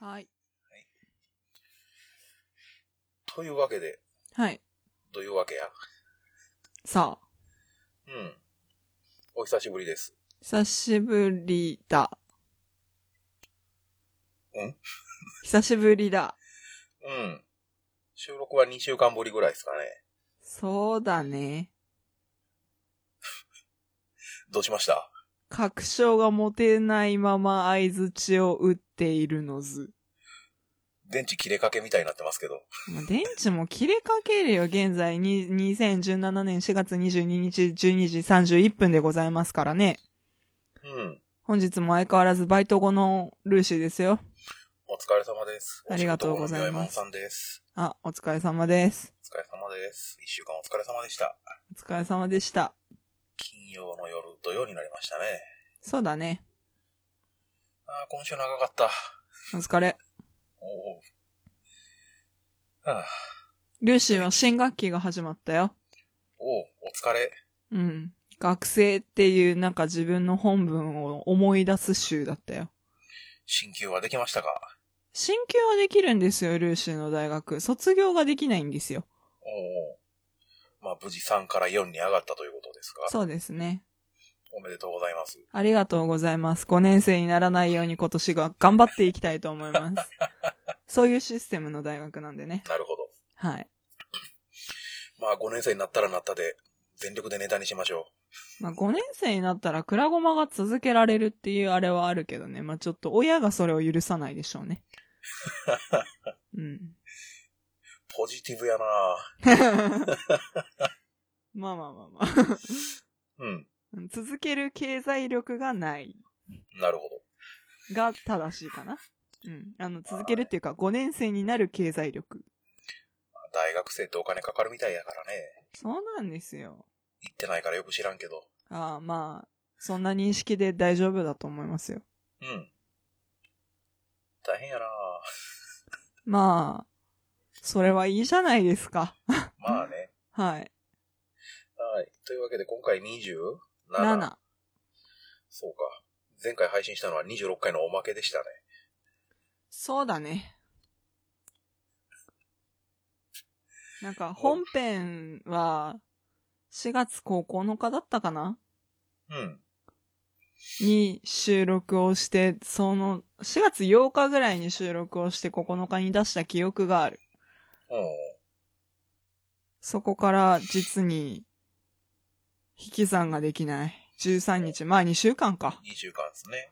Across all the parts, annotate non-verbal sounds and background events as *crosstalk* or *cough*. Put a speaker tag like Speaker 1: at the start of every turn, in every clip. Speaker 1: はい。
Speaker 2: というわけで、
Speaker 1: はい。
Speaker 2: というわけや。
Speaker 1: さあ、
Speaker 2: うん。お久しぶりです。
Speaker 1: 久しぶりだ。
Speaker 2: ん
Speaker 1: *laughs* 久しぶりだ。
Speaker 2: うん。収録は2週間ぶりぐらいですかね。
Speaker 1: そうだね。
Speaker 2: どうしました
Speaker 1: 確証が持てないまま相槌を打っているのず。
Speaker 2: 電池切れかけみたいになってますけど。
Speaker 1: まあ電池も切れかけるよ。現在に、2017年4月22日12時31分でございますからね。
Speaker 2: うん。
Speaker 1: 本日も相変わらずバイト後のルーシーですよ。
Speaker 2: お疲れ様です。
Speaker 1: ありがとうございます
Speaker 2: お仕事の宮山さんです。
Speaker 1: あ、お疲れ様です。
Speaker 2: お疲れ様です。1週間お疲れ様でした。
Speaker 1: お疲れ様でした。
Speaker 2: 金曜の夜、土曜になりましたね。
Speaker 1: そうだね。
Speaker 2: ああ、今週長かった。
Speaker 1: お疲れ。
Speaker 2: おお。はあ、
Speaker 1: ルーシーは新学期が始まったよ。
Speaker 2: おうお疲れ。
Speaker 1: うん。学生っていうなんか自分の本文を思い出す週だったよ。
Speaker 2: 進級はできましたか
Speaker 1: 進級はできるんですよ、ルーシーの大学。卒業ができないんですよ。
Speaker 2: おうおう。まあ、無事3から4に上がったということですが。
Speaker 1: そうですね。
Speaker 2: おめでとうございます。
Speaker 1: ありがとうございます。5年生にならないように今年が頑張っていきたいと思います。そういうシステムの大学なんでね。
Speaker 2: なるほど。
Speaker 1: はい。
Speaker 2: まあ、5年生になったらなったで、全力でネタにしましょ
Speaker 1: まあ5年生になったらクラゴマが続けられるっていうあれはあるけどね。まあちょっと親がそれを許さないでしょうね。うん。
Speaker 2: う。ポジティブやな
Speaker 1: まあまあまあまあ。
Speaker 2: うん。
Speaker 1: 続ける経済力がない
Speaker 2: なるほど。
Speaker 1: が正しいかな。うん。あの、続けるっていうか、5年生になる経済力。
Speaker 2: 大学生ってお金かかるみたいやからね。
Speaker 1: そうなんですよ。
Speaker 2: 行ってないからよく知らんけど。
Speaker 1: ああ、まあ、そんな認識で大丈夫だと思いますよ。
Speaker 2: うん。大変やな
Speaker 1: まあ、それはいいじゃないですか。
Speaker 2: まあね。
Speaker 1: は
Speaker 2: は
Speaker 1: い。
Speaker 2: い。というわけで、今回 27?
Speaker 1: 7。
Speaker 2: そうか。前回配信したのは26回のおまけでしたね。
Speaker 1: そうだね。なんか、本編は、4月9日だったかな
Speaker 2: うん。
Speaker 1: に収録をして、その、4月8日ぐらいに収録をして9日に出した記憶がある。
Speaker 2: おう
Speaker 1: そこから実に、引き算ができない。13日、まあ2週間か。
Speaker 2: 2週間ですね。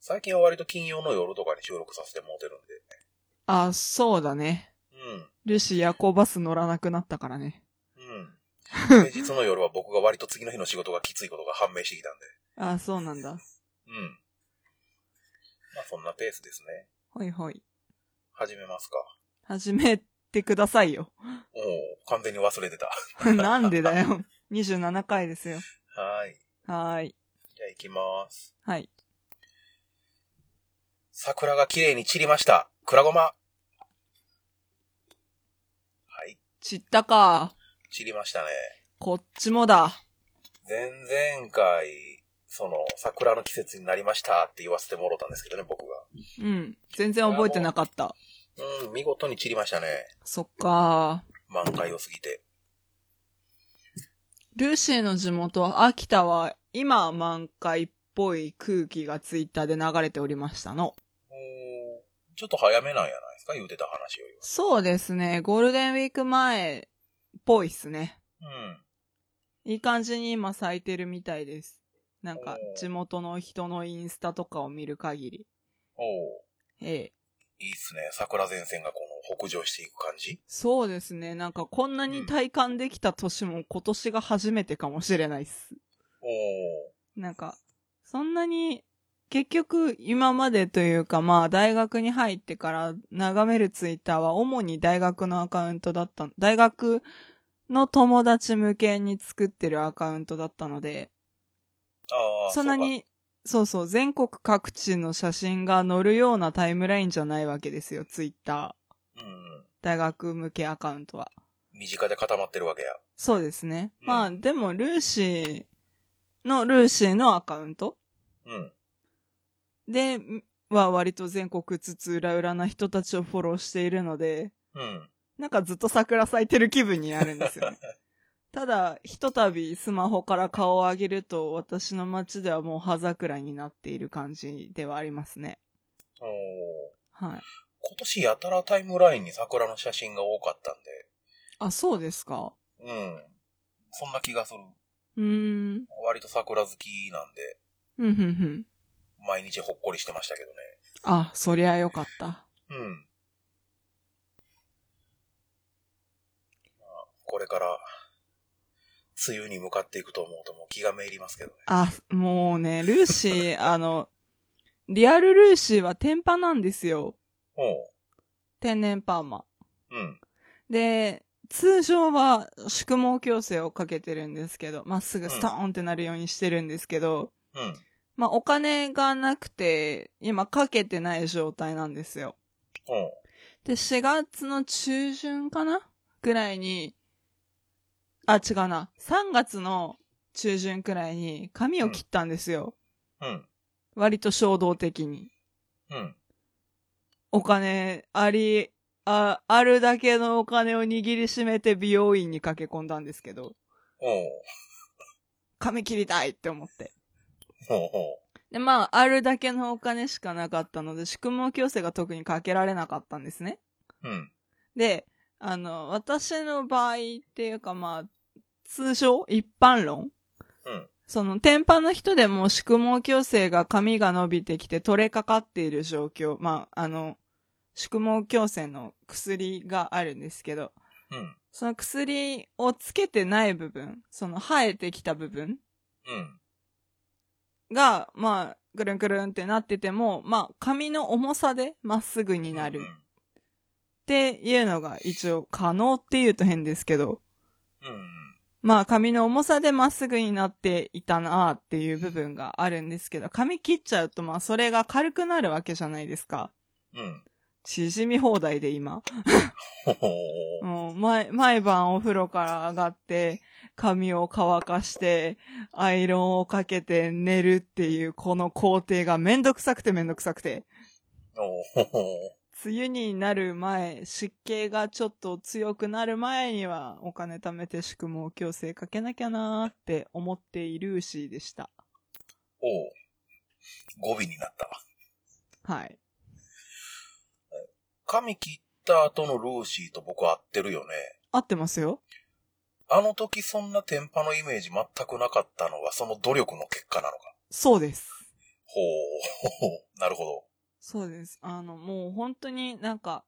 Speaker 2: 最近は割と金曜の夜とかに収録させてもらってる
Speaker 1: あ、そうだね。
Speaker 2: んで。
Speaker 1: ルシ夜行バス乗らなくなったからね。
Speaker 2: うん。うん。平日の夜は僕が割と次の日の仕事がきついことが判明してきたんで。
Speaker 1: あ、そうなんだ。
Speaker 2: うん。まあそんなペースですね。
Speaker 1: ほいほい。
Speaker 2: 始めますか。
Speaker 1: 始めてくださいよ。 *laughs*
Speaker 2: おう完全に忘れてた。 *laughs*
Speaker 1: なんでだよ。27回ですよ。
Speaker 2: はい。
Speaker 1: はーい。
Speaker 2: じゃあ行きます。
Speaker 1: はい。
Speaker 2: 桜が綺麗に散りました。くらごま。はい。
Speaker 1: 散ったか。
Speaker 2: 散りましたね。
Speaker 1: こっちもだ。
Speaker 2: 前々回、その、桜の季節になりましたって言わせてもろたんですけどね、僕
Speaker 1: うん。全然覚えてなかった。
Speaker 2: が。うん、見事に散りましたね。
Speaker 1: そっか。
Speaker 2: 満開を過ぎて。
Speaker 1: ルーシーの地元、秋田は、今満開っぽい空気がツイッターで流れておりましたの。
Speaker 2: おーちょっと早めなんやないですか、言うてた話より
Speaker 1: そうですね。ゴールデンウィーク前っぽいっすね。
Speaker 2: は。うん。
Speaker 1: いい感じに今咲いてるみたいです。なんか、地元の人のインスタとかを見る限り。
Speaker 2: おー
Speaker 1: ええ。
Speaker 2: いいっすね。桜前線がこの北上していく感じ。
Speaker 1: そうですね。なんか、こんなに体感できた年も今年が初めてかもしれないっす。
Speaker 2: お
Speaker 1: なんか、そんなに、結局、今までというか、まあ、大学に入ってから眺めるツイッターは、主に大学のアカウントだった、大学の友達向けに作ってるアカウントだったので、
Speaker 2: ああ。
Speaker 1: そんなに、そうそう、全国各地の写真が載るようなタイムラインじゃないわけですよ、ツイッタ
Speaker 2: そうか。うん。
Speaker 1: ー。大学向けアカウントは。
Speaker 2: 身近で固まってるわけや。
Speaker 1: そうですね。
Speaker 2: うん
Speaker 1: まあ、でも、ルーシーの、ルーシーのアカウント
Speaker 2: うん。
Speaker 1: で、は割と全国津々浦々な人たちをフォローしているので、
Speaker 2: うん。
Speaker 1: なんかずっと桜咲いてる気分になるんです *laughs* よね。ただ、ひとたびスマホから顔を上げると、私の街ではもう葉桜になっている感じではありますね。
Speaker 2: おー
Speaker 1: はい。
Speaker 2: 今年やたらタイムラインに桜の写真が多かったん
Speaker 1: あ、そうですか
Speaker 2: で、うん。そんな気がする。
Speaker 1: うーん。
Speaker 2: 割と桜好きなんで、
Speaker 1: うん、うん、うん。
Speaker 2: 毎日ほっこりしてましたけどね。
Speaker 1: あ、そりゃよかった。
Speaker 2: うん。まあこれから、梅雨に向かっていくと思うともう気がめいりますけどね。
Speaker 1: あ、もうね、ルーシー、あの、リアルルーシーは天パなんですよ。
Speaker 2: おう。
Speaker 1: 天然パーマ。
Speaker 2: うん。
Speaker 1: で、通常は宿毛矯正をかけてるんですけど、まっすぐストーンってなるようにしてるんですけど、
Speaker 2: うん。
Speaker 1: まあお金がなくて、今かけてない状態なんですよ。
Speaker 2: おう。
Speaker 1: で、4月の中旬かなぐらいに、あ、違うな。3月の中旬くらいに髪を切ったんですよ。
Speaker 2: うん。
Speaker 1: 割と衝動的に。
Speaker 2: うん。
Speaker 1: お金あり、あ、あるだけのお金を握りしめて美容院に駆け込んだんですけど、
Speaker 2: おう。
Speaker 1: 髪切りたいって思って。
Speaker 2: おう。おう。
Speaker 1: で、まあ、あるだけのお金しかなかったので、宿毛矯正が特にかけられなかったんですね。
Speaker 2: うん。
Speaker 1: で、あの、私の場合っていうかまあ、通常一般論
Speaker 2: うん。
Speaker 1: その、天パの人でも宿毛矯正が髪が伸びてきて取れかかっている状況。まあ、あの、宿毛矯正の薬があるんですけど、
Speaker 2: うん。
Speaker 1: その薬をつけてない部分、その生えてきた部分
Speaker 2: うん。
Speaker 1: が、まあ、ぐるんぐるんってなってても、まあ、髪の重さでまっすぐになるっていうのが一応可能っていうと変ですけど、
Speaker 2: うん。うん。
Speaker 1: まあ、髪の重さでまっすぐになっていたなあっていう部分があるんですけど、髪切っちゃうとまあ、それが軽くなるわけじゃないですか。
Speaker 2: うん。
Speaker 1: 縮み放題で今。
Speaker 2: おう。
Speaker 1: もう毎毎晩お風呂から上がって、髪を乾かして、アイロンをかけて寝るっていうこの工程がめんどくさくてめんどくさくて。
Speaker 2: おう。
Speaker 1: 梅雨になる前、湿気がちょっと強くなる前には、お金貯めて宿毛矯正かけなきゃなーって思っているしでした。
Speaker 2: おう。語尾になった。
Speaker 1: はい。
Speaker 2: 髪切った後のルーシーと僕は合ってるよね。
Speaker 1: 合ってますよ
Speaker 2: あの時そんなテンパのイメージ全くなかったのはその努力の結果なのか。
Speaker 1: そうです。
Speaker 2: ほう。 *laughs* なるほど。
Speaker 1: そうです。あの、もう本当になんか、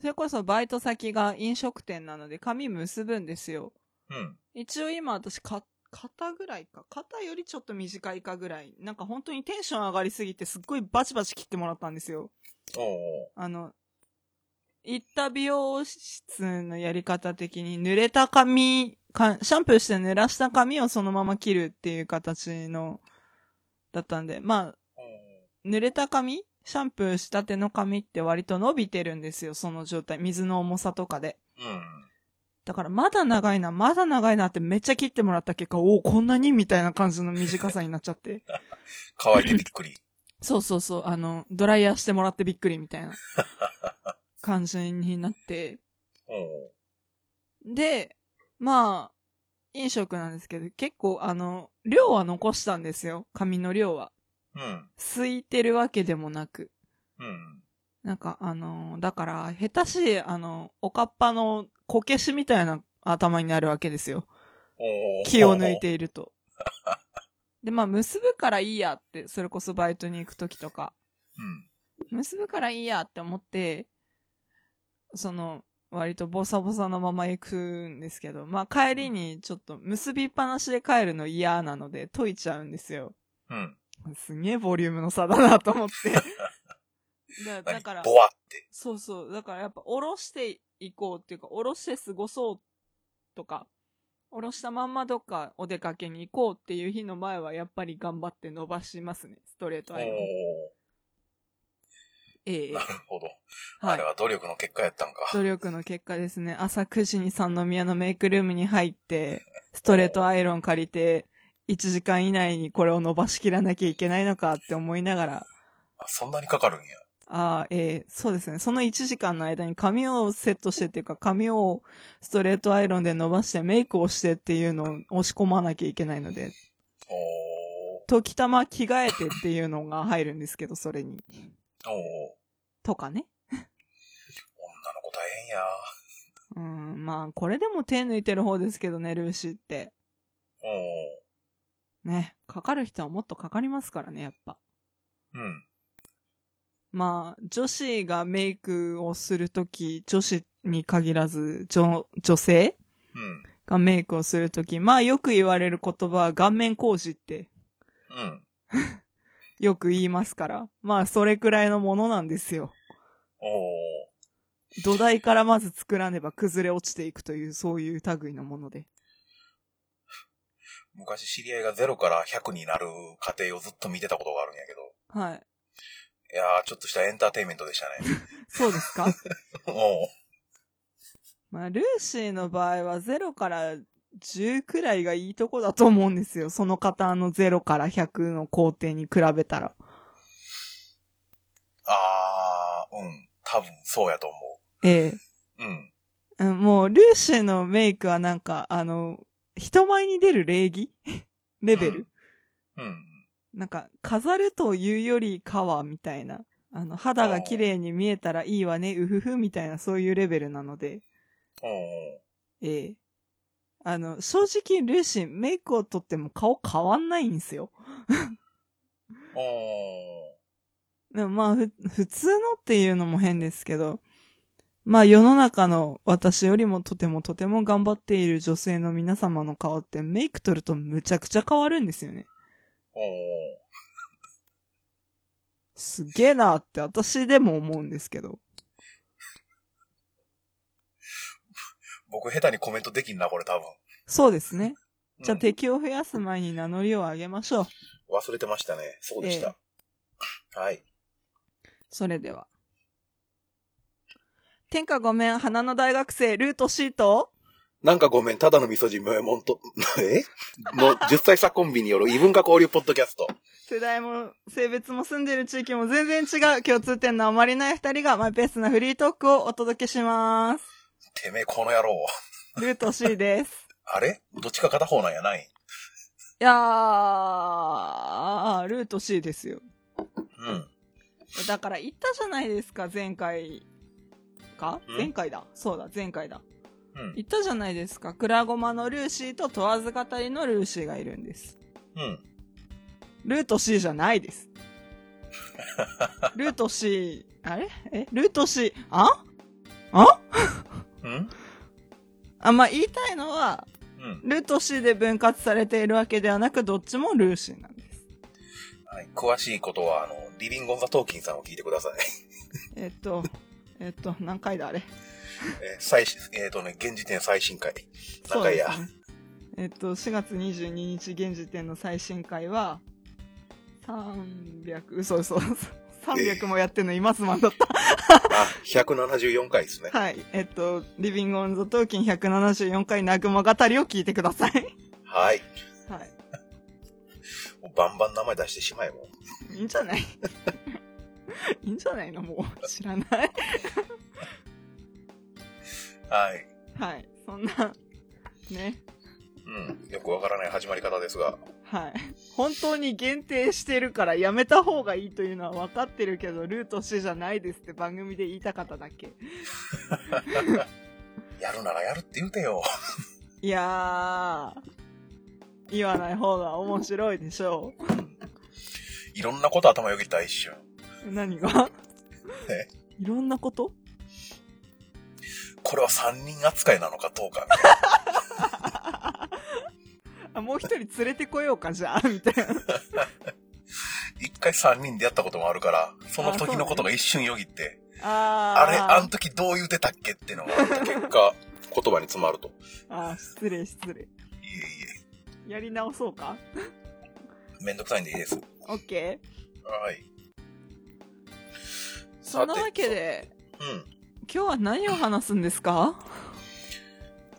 Speaker 1: それこそバイト先が飲食店なので髪結ぶんですよ。
Speaker 2: うん。
Speaker 1: 一応今私か、肩ぐらいか。肩よりちょっと短いかぐらい。なんか本当にテンション上がりすぎてすっごいバチバチ切ってもらったんですよ。
Speaker 2: おう
Speaker 1: あの、行った美容室のやり方的に濡れた髪、かシャンプーして濡らした髪をそのまま切るっていう形の、だったんで、ま
Speaker 2: おう。
Speaker 1: あ、濡れた髪シャンプーしたての髪って割と伸びてるんですよ、その状態。水の重さとかで。
Speaker 2: うん。
Speaker 1: だからまだ長いな、まだ長いなってめっちゃ切ってもらった結果、おお、こんなにみたいな感じの短さになっちゃって。
Speaker 2: 乾いてびっくり。
Speaker 1: そうそうそう、あの、ドライヤーしてもらってびっくりみたいな感じになって。
Speaker 2: おう。
Speaker 1: で、まあ、飲食なんですけど、結構あの、量は残したんですよ。紙の量は。
Speaker 2: うん。
Speaker 1: 空いてるわけでもなく。
Speaker 2: うん。
Speaker 1: なんかあの、だから、下手しい、あの、おかっぱのこけしみたいな頭になるわけですよ。
Speaker 2: おう。
Speaker 1: 気を抜い。ていると。で、まあ、結ぶからいいやって、それこそバイトに行くときとか、
Speaker 2: うん。
Speaker 1: 結ぶからいいやって思って、その、割とボサボサのまま行くんですけど、まあ帰りにちょっと結びっぱなしで帰るの嫌なので解いちゃうんですよ。
Speaker 2: うん。
Speaker 1: すげえボリュームの *laughs* 差だなと思って。だだ
Speaker 2: 何
Speaker 1: から、
Speaker 2: ボワって。
Speaker 1: そうそう。だからやっぱ下ろしていこうっていうか、下ろして過ごそうとか、下ろしたまんまどっかお出かけに行こうっていう日の前はやっぱり頑張って伸ばしますね。ストレート
Speaker 2: おう
Speaker 1: アイロン。。ええ
Speaker 2: なるほど。
Speaker 1: は
Speaker 2: あ
Speaker 1: い
Speaker 2: れ。は努力の結果やったんか。
Speaker 1: 努力の結果ですね。朝9時に三宮のメイクルームに入って、ストレートアイロン借りて、1時間以内にこれを伸ばしきらなきゃいけないのかって思いながら、
Speaker 2: あそんなにかかるんや。
Speaker 1: ああ、えーそうですね。その1時間の間に髪をセットしてっていうか、髪をストレートアイロンで伸ばしてメイクをしてっていうのを押し込まなきゃいけないので、
Speaker 2: お
Speaker 1: 時たま着替えてっていうのが入るんですけど、それに。
Speaker 2: ーおー女の
Speaker 1: とかね。
Speaker 2: 子大変や。
Speaker 1: うん、まあ、これでも手抜いてる方ですけどね、ルーシーって。
Speaker 2: お
Speaker 1: ね、かかる人はもっとかかりますからね、やっぱ。
Speaker 2: ーうん。
Speaker 1: まあ、女子がメイクをするとき、女子に限らず、女、女性
Speaker 2: うん。
Speaker 1: がメイクをするとき、まあよく言われる言葉は顔面工事って
Speaker 2: うん。
Speaker 1: よく言いますから、まあそれくらいのものなんですよ。
Speaker 2: おー
Speaker 1: 土台からまず作らねば崩れ落ちていくという、そういう類のもので。
Speaker 2: 昔知り合いが0から100になる過程をずっと見てたことがあるんやけど。
Speaker 1: はい。
Speaker 2: いやー、ちょっとしたエンターテインメントでしたね。
Speaker 1: そうですか *laughs*
Speaker 2: おー
Speaker 1: まあルーシーの場合は0から10くらいがいいとこだと思うんですよ。その方の0から100の工程に比べたら。
Speaker 2: あー、うん。多分そうやと思
Speaker 1: え
Speaker 2: う。うん。
Speaker 1: えうんもうルーシーのメイクはなんか、あの、人前に出る礼儀 *laughs* レベル、
Speaker 2: うん。
Speaker 1: なんか、飾るというよりかは、みたいな。あの、肌が綺麗に見えたらいいわね、うふふ、みたいな、そういうレベルなので、
Speaker 2: おー
Speaker 1: ええあの、正直、ルーシー、メイクをとっても顔変わんないんですよ。
Speaker 2: お
Speaker 1: でもまあ、ふ、普通のっていうのも変ですけど、まあ世の中の私よりもとてもとても頑張っている女性の皆様の顔ってメイク取るとむちゃくちゃ変わるんですよね。
Speaker 2: ー。おー。
Speaker 1: すげえなって私でも思うんですけど。
Speaker 2: 僕下手にコメントできんな、これ多分。
Speaker 1: そうですね。じゃあ
Speaker 2: うん
Speaker 1: 敵を増やす前に名乗りを上げましょう。
Speaker 2: 忘れてましたね。そうでした。はい。
Speaker 1: それでは。天下ごめん、花の大学生、ルートシート
Speaker 2: なんかごめん、ただの味噌汁、もんと、 *laughs* えの10歳差コンビによる異文化交流ポッドキャスト。
Speaker 1: 世代も性別も住んでる地域も全然違う共通点のあまりない二人がマイペースなフリートークをお届けします。
Speaker 2: てめえ、この野郎。
Speaker 1: ルート C です。
Speaker 2: あれどっちか片方なんやない
Speaker 1: いやー、ルート C ですよ。
Speaker 2: うん。
Speaker 1: だから言ったじゃないですか、前回か
Speaker 2: ん
Speaker 1: 前回だ。そうだ、前回だ。
Speaker 2: うん。
Speaker 1: 言ったじゃないですか。クラゴマのルーシーと問わず語りのルーシーがいるんです。
Speaker 2: うん。
Speaker 1: ルート C じゃない *laughs* です。ルート C、あれえルート C、あ
Speaker 2: うん
Speaker 1: あ、まあ、言いたいのは、
Speaker 2: うん。
Speaker 1: ルート C で分割されているわけではなく、どっちもルーシーなんです。
Speaker 2: はい。詳しいことは、あの、リビング・オン・ザ・トーキンさんを聞いてください。
Speaker 1: えっと、えっと、何回だあれ。
Speaker 2: えー最新、えっ、とね、現時点最新回。何回や。
Speaker 1: そうですね。えっと、4月22日現時点の最新回は、300、嘘嘘 *laughs* 嘘。300もやってんの今すまん
Speaker 2: *laughs*
Speaker 1: だった。
Speaker 2: あ、174回ですね。
Speaker 1: はい。えっと、リビングオンザトーキン174回ナグマ語りを聞いてください。
Speaker 2: はい。
Speaker 1: はい。
Speaker 2: もうバンバン名前出してしまえもう。
Speaker 1: いいんじ
Speaker 2: *laughs*
Speaker 1: ゃないいいんじゃないのもう。知らない。
Speaker 2: はい。
Speaker 1: はい。そんな、ね。
Speaker 2: うん。よくわからない始まり方ですが。
Speaker 1: はい。本当に限定してるからやめた方がいいというのは分かってるけど、ルート C じゃないですって番組で言いたかっただけ。
Speaker 2: やるならやるって言うてよ。
Speaker 1: いやー。言わない方が面白いでしょ
Speaker 2: いろんなこと頭よぎった一瞬。
Speaker 1: う。 *laughs* 何が
Speaker 2: え
Speaker 1: いろんなこと
Speaker 2: これは3人扱いなのかどうか。
Speaker 1: あ、もう一人連れてこようか、じゃあ、みたいな。
Speaker 2: 一回3人でやったこともあるから、その時のことが一瞬よぎって、
Speaker 1: あ
Speaker 2: あれ、
Speaker 1: ー
Speaker 2: あの時どう言うてたっけってのがあった結果、言葉に詰まると。い
Speaker 1: あー失礼、失礼。
Speaker 2: えい
Speaker 1: やり直そうか
Speaker 2: え、めんどくさいんでいいです。
Speaker 1: オッケー。
Speaker 2: はい。
Speaker 1: そんな
Speaker 2: さて
Speaker 1: わけ。で、
Speaker 2: うん。
Speaker 1: 今日は何を話すんですか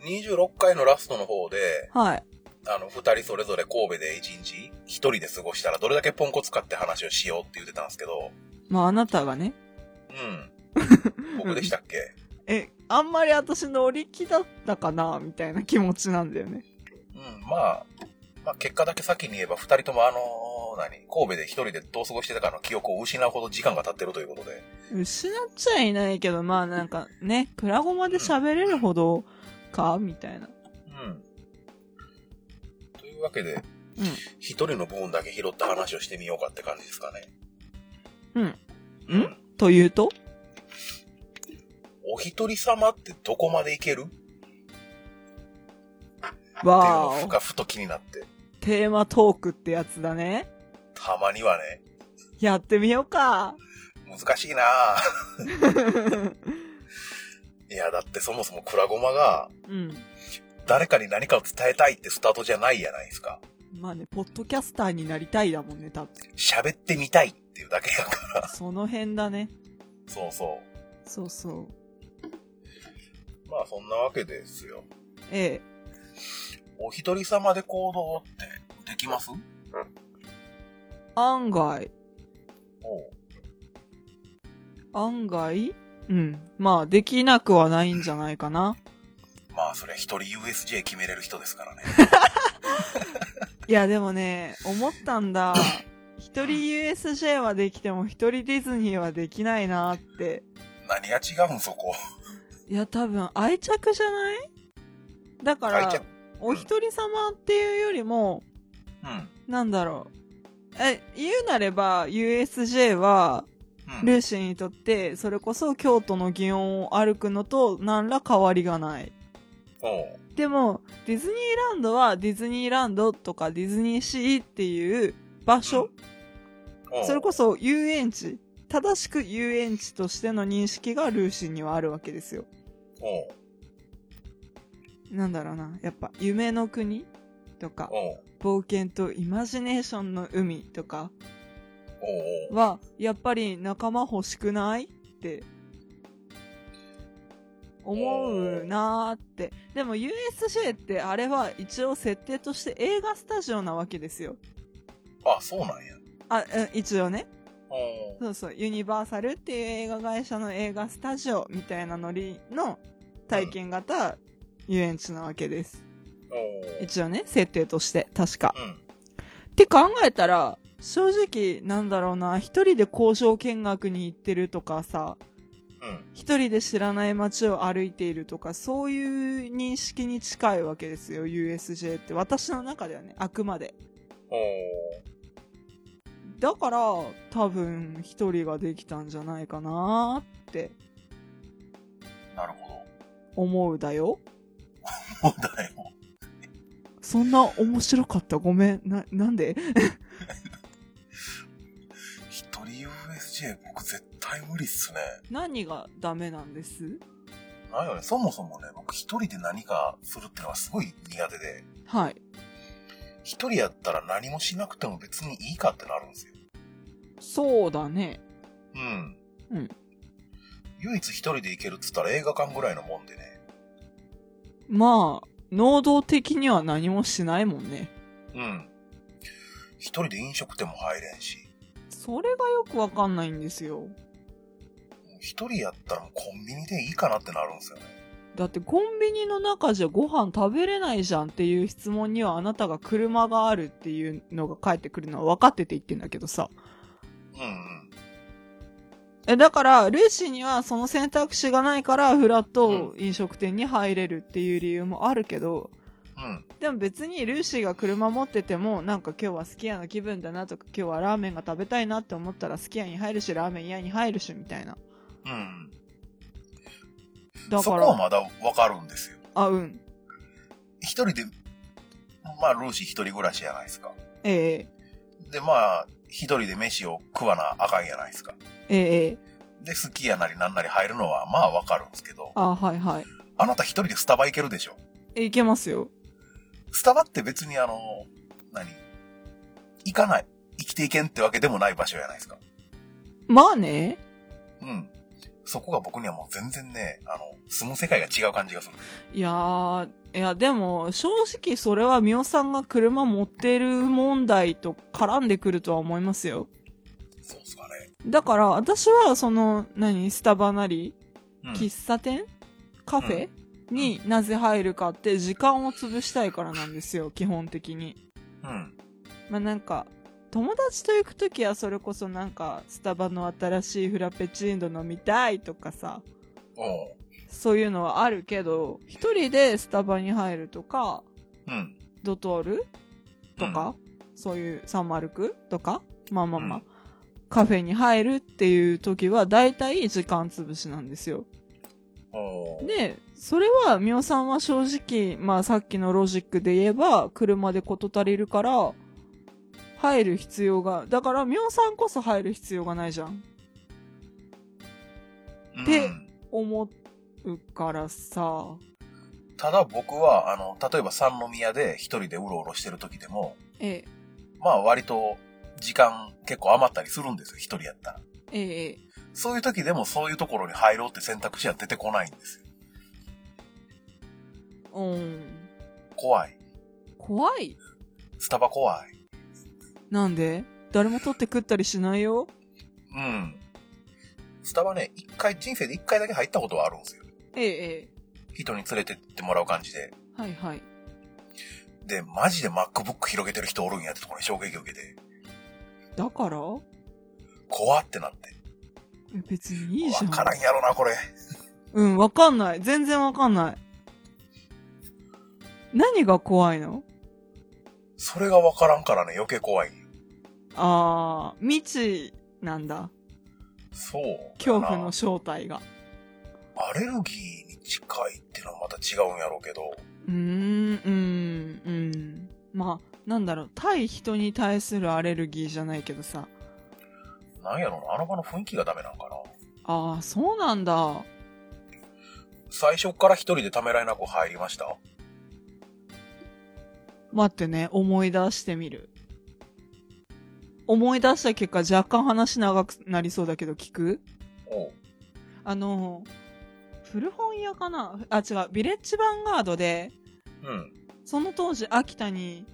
Speaker 2: 26回のラストの方で、
Speaker 1: はい。
Speaker 2: あの、二人それぞれ神戸で一日、一人で過ごしたらどれだけポンコツかって話をしようって言ってたんですけど、
Speaker 1: まああなたがね。
Speaker 2: うん。僕でしたっけ
Speaker 1: え、あんまり私乗り気だったかなみたいな気持ちなんだよね。
Speaker 2: うん、まあ、まあ結果だけ先に言えば、二人ともあの、何、神戸で一人でどう過ごしてたかの記憶を失うほど時間が経ってるということで。
Speaker 1: 失っちゃいないけど、まあなんかね、クラゴマで喋れるほどかみたいな。
Speaker 2: うん。というわけで、
Speaker 1: うん
Speaker 2: 一人の部分だけ拾った話をしてみようかって感じですかね。
Speaker 1: うん。
Speaker 2: うん
Speaker 1: というと
Speaker 2: お一人様ってどこまでいけるっていう
Speaker 1: わ
Speaker 2: の
Speaker 1: ーお
Speaker 2: がふと気になって。
Speaker 1: テーマトークってやつだね。
Speaker 2: たまにはね、
Speaker 1: やってみようか。
Speaker 2: 難しいなぁいや、だってそもそもクラゴマが、
Speaker 1: うん。
Speaker 2: 誰かに何かを伝えたいってスタートじゃないじゃないですか。
Speaker 1: まあね、ポッドキャスターになりたいだもんね、多分。
Speaker 2: 喋ってみたいっていうだけやから。 *laughs*
Speaker 1: その辺だね。
Speaker 2: そうそ
Speaker 1: そうそう。
Speaker 2: う。まあそんなわけですよ。
Speaker 1: ええ。
Speaker 2: お一人様で行動ってできます
Speaker 1: 案外、
Speaker 2: おう
Speaker 1: 案外うん。まあ、できなくはないんじゃないかな。
Speaker 2: まあそれ一人 USJ 決めれる人ですからね。
Speaker 1: いや、でもね、思ったんだ。一人 USJ はできても一人ディズニーはできないなって。
Speaker 2: 何が違うんそこ。
Speaker 1: いや、多分愛着じゃないだか
Speaker 2: 愛
Speaker 1: ら
Speaker 2: 着、
Speaker 1: お一人様っていうよりも、
Speaker 2: うん。うん。
Speaker 1: なんだろう。え、言うなれば USJ は、ルーシーにとって、それこそ京都の祇園を歩くのと何ら変わりがない。
Speaker 2: おう
Speaker 1: でも、ディズニーランドはディズニーランドとかディズニーシーっていう場所、
Speaker 2: おう
Speaker 1: それこそ遊園地、正しく遊園地としての認識がルーシーにはあるわけですよ。
Speaker 2: おう
Speaker 1: なんだろうな、やっぱ夢の国とか、
Speaker 2: おう
Speaker 1: 冒険とイマジネーションの海とか
Speaker 2: おうおう
Speaker 1: は、やっぱり仲間欲しくないって思うなーって。でも USJ ってあれは一応設定として映画スタジオなわけですよ。
Speaker 2: あ、そうなんや。
Speaker 1: あ、うん一応ね。
Speaker 2: おう
Speaker 1: そうそう、ユニバーサルっていう映画会社の映画スタジオみたいなノリの体験型遊園地なわけです。
Speaker 2: おう
Speaker 1: 一応ね、設定として、確か。
Speaker 2: うん。
Speaker 1: って考えたら、正直、なんだろうな、一人で工場見学に行ってるとかさ、
Speaker 2: うん。
Speaker 1: 一人で知らない街を歩いているとか、そういう認識に近いわけですよ、USJ って。私の中ではね、あくまで。
Speaker 2: おう
Speaker 1: だから、多分、一人ができたんじゃないかなーって
Speaker 2: なるほ
Speaker 1: 思うだよ。
Speaker 2: ど。もうだよ。
Speaker 1: そんな面白かった。ごめん。な、なんで
Speaker 2: 一人 USJ 僕絶対無理っすね。
Speaker 1: 何がダメなんです
Speaker 2: なんよね、そもそもね、僕一人で何かするっていうのがすごい苦手で、
Speaker 1: はい。
Speaker 2: 一人やったら何もしなくても別にいいかってなるんですよ。
Speaker 1: そうだね。
Speaker 2: うん。
Speaker 1: うん。
Speaker 2: 唯一一人で行けるっつったら映画館ぐらいのもんでね。
Speaker 1: まあ、能動的には何もしないもんね。
Speaker 2: うん。一人で飲食店も入れんし、
Speaker 1: それがよくわかんないんですよ。
Speaker 2: 一人やったらもうコンビニでいいかなってなるんですよね。
Speaker 1: だってコンビニの中じゃご飯食べれないじゃんっていう質問にはあなたが車があるっていうのが返ってくるのは分かってて言ってんだけどさ。
Speaker 2: うん
Speaker 1: え、だから、ルーシーにはその選択肢がないから、フラット飲食店に入れるっていう理由もあるけど、
Speaker 2: うん。うん。
Speaker 1: でも別にルーシーが車持ってても、なんか今日は好きやな気分だなとか、今日はラーメンが食べたいなって思ったら、好きやに入るし、ラーメン屋に入るし、みたいな。
Speaker 2: うん。
Speaker 1: だ
Speaker 2: そ
Speaker 1: か
Speaker 2: こは
Speaker 1: ら、
Speaker 2: まだわかるんですよ。
Speaker 1: あ、うん。
Speaker 2: 一人で、まあ、ルーシー一人暮らしじゃないですか。
Speaker 1: え
Speaker 2: で、まあ、一人で飯を食わなあかんやないですか。
Speaker 1: えええ
Speaker 2: で、好きやなりなんなり入るのは、まあわかるんですけど、
Speaker 1: あ、はいはい。
Speaker 2: あなた一人でスタバ行けるでしょ。
Speaker 1: え、いけますよ。
Speaker 2: スタバって別にあの、何行かない。生きていけんってわけでもない場所じゃないですか。
Speaker 1: まあね。
Speaker 2: うん。そこが僕にはもう全然ね、あの、住む世界が違う感じがする。
Speaker 1: いやー、いや、でも、正直それはミオさんが車持ってる問題と絡んでくるとは思いますよ。
Speaker 2: そうっすかね。
Speaker 1: だから、私は、その、何、スタバなり、
Speaker 2: うん
Speaker 1: 喫茶店カフェ、になぜ入るかって、時間を潰したいからなんですよ、基本的に。
Speaker 2: うん。
Speaker 1: まあなんか、友達と行くときはそれこそなんか、スタバの新しいフラペチーノ飲みたいとかさ、
Speaker 2: おう
Speaker 1: そういうのはあるけど、一人でスタバに入るとか、
Speaker 2: うん。
Speaker 1: ドトールとか、そういうサンマルクとか、まあまあまあ、
Speaker 2: うん
Speaker 1: カフェに入るっていう時は、だいたい時間潰しなんですよ。
Speaker 2: おう
Speaker 1: で、それは、みおさんは正直、まあさっきのロジックで言えば、車で事足りるから、入る必要が、だからみおさんこそ入る必要がないじゃん。
Speaker 2: うん
Speaker 1: で思うからさ、
Speaker 2: ただ僕は、あの、例えば三宮で一人でうろうろしてる時でも、
Speaker 1: え
Speaker 2: まあ割と時間結構余ったりするんですよ、一人やったら。
Speaker 1: え、ええ、え
Speaker 2: そういう時でもそういうところに入ろうって選択肢は出てこないんですよ。
Speaker 1: え、うん。
Speaker 2: 怖い。
Speaker 1: 怖い
Speaker 2: スタバ怖い。
Speaker 1: なんで誰も取って食ったりしないよ。
Speaker 2: うん。スタバね、一回、人生で一回だけ入ったことはあるんですよ。
Speaker 1: ええ、え
Speaker 2: 人に連れてってもらう感じで。
Speaker 1: え。はいはい。
Speaker 2: で、マジで MacBook 広げてる人おるんやってところに衝撃を受けて、
Speaker 1: だから
Speaker 2: 怖ってなって。
Speaker 1: え別にいいじゃん。
Speaker 2: わからんやろな、これ。
Speaker 1: うん、わかんない。全然わかんない。何が怖いの
Speaker 2: それがわからんからね、余計怖い。
Speaker 1: あー、未知なんだ。
Speaker 2: そうだな。
Speaker 1: 恐怖の正体が。
Speaker 2: アレルギーに近いっていうのはまた違うんやろうけど、
Speaker 1: うーん、うん、うん。まあ、なんだろう、対人に対するアレルギーじゃないけどさ。
Speaker 2: なんやろな、あの場の雰囲気がダメなんかな。
Speaker 1: あー、そうなんだ。
Speaker 2: 最初から一人でためらいなく入りました
Speaker 1: 待ってね、思い出してみる。思い出した結果、若干話長くなりそうだけど聞く
Speaker 2: おう。
Speaker 1: あの、古本屋かなあ、違う、ビレッジヴァンガードで、
Speaker 2: うん。
Speaker 1: その当時秋田に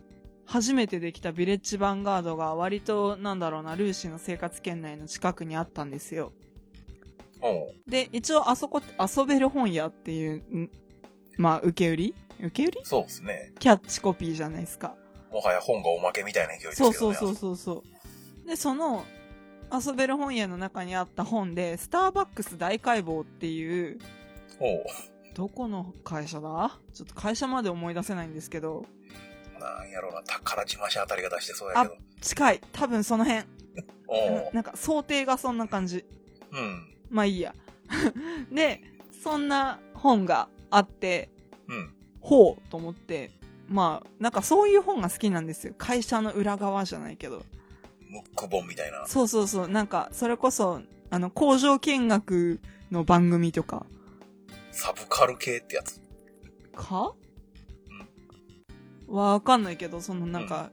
Speaker 1: 初めてできたビレッジヴァンガードが割と、なんだろうな、ルーシーの生活圏内の近くにあったんですよ。
Speaker 2: おう。
Speaker 1: で、一応あそこって遊べる本屋っていう、んまあ、受け売り受け売り
Speaker 2: そうですね。
Speaker 1: キャッチコピーじゃないですか。
Speaker 2: もはや本がおまけみたいな勢いですけど
Speaker 1: そう
Speaker 2: ね。
Speaker 1: そうそうそうそう。で、その、遊べる本屋の中にあった本で、スターバックス大解剖っていう、
Speaker 2: おう。
Speaker 1: どこの会社だちょっと会社まで思い出せないんですけど、
Speaker 2: なんやろな、宝島市あたりが出してそうやけど。
Speaker 1: 近い多分その辺。
Speaker 2: お
Speaker 1: な
Speaker 2: う。
Speaker 1: なんか想定がそんな感じ。
Speaker 2: うん。
Speaker 1: まあいいや。 *laughs* で、そんな本があって、
Speaker 2: うん。
Speaker 1: ほうと思って、まあ、なんかそういう本が好きなんですよ。会社の裏側じゃないけど。
Speaker 2: ムック本みたいな。
Speaker 1: そうそうそう。なんか、それこそ、あの、工場見学の番組とか、
Speaker 2: サブカル系ってやつ。
Speaker 1: かわかんないけど、そのなんか、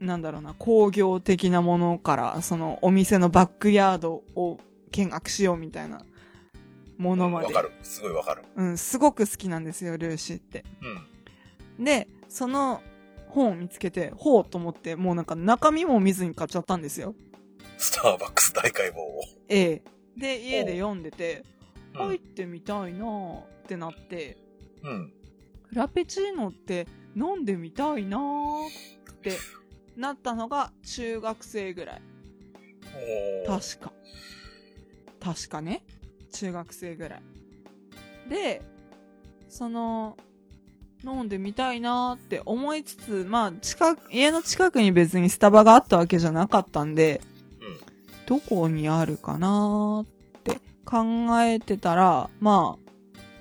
Speaker 1: なんだろうな、工業的なものから、そのお店のバックヤードを見学しようみたいなものま
Speaker 2: わ
Speaker 1: で
Speaker 2: か。る。すごいわかる。
Speaker 1: うん、すごく好きなんですよ、ルーシーって。
Speaker 2: うん。
Speaker 1: で、その本を見つけて、ほうと思って、もうなんか中身も見ずに買っちゃったんですよ。
Speaker 2: スターバックス大解剖を。
Speaker 1: ええ。で、家で読んでて、
Speaker 2: うん
Speaker 1: 入ってみたいなーってなって、
Speaker 2: うん。
Speaker 1: フラペチーノって飲んでみたいなーってなったのが中学生ぐらい。
Speaker 2: おう。
Speaker 1: 確か。確かね。中学生ぐらい。で、その、飲んでみたいなーって思いつつ、まあ、近く、家の近くに別にスタバがあったわけじゃなかったんで、
Speaker 2: うん
Speaker 1: どこにあるかなーって考えてたら、まあ、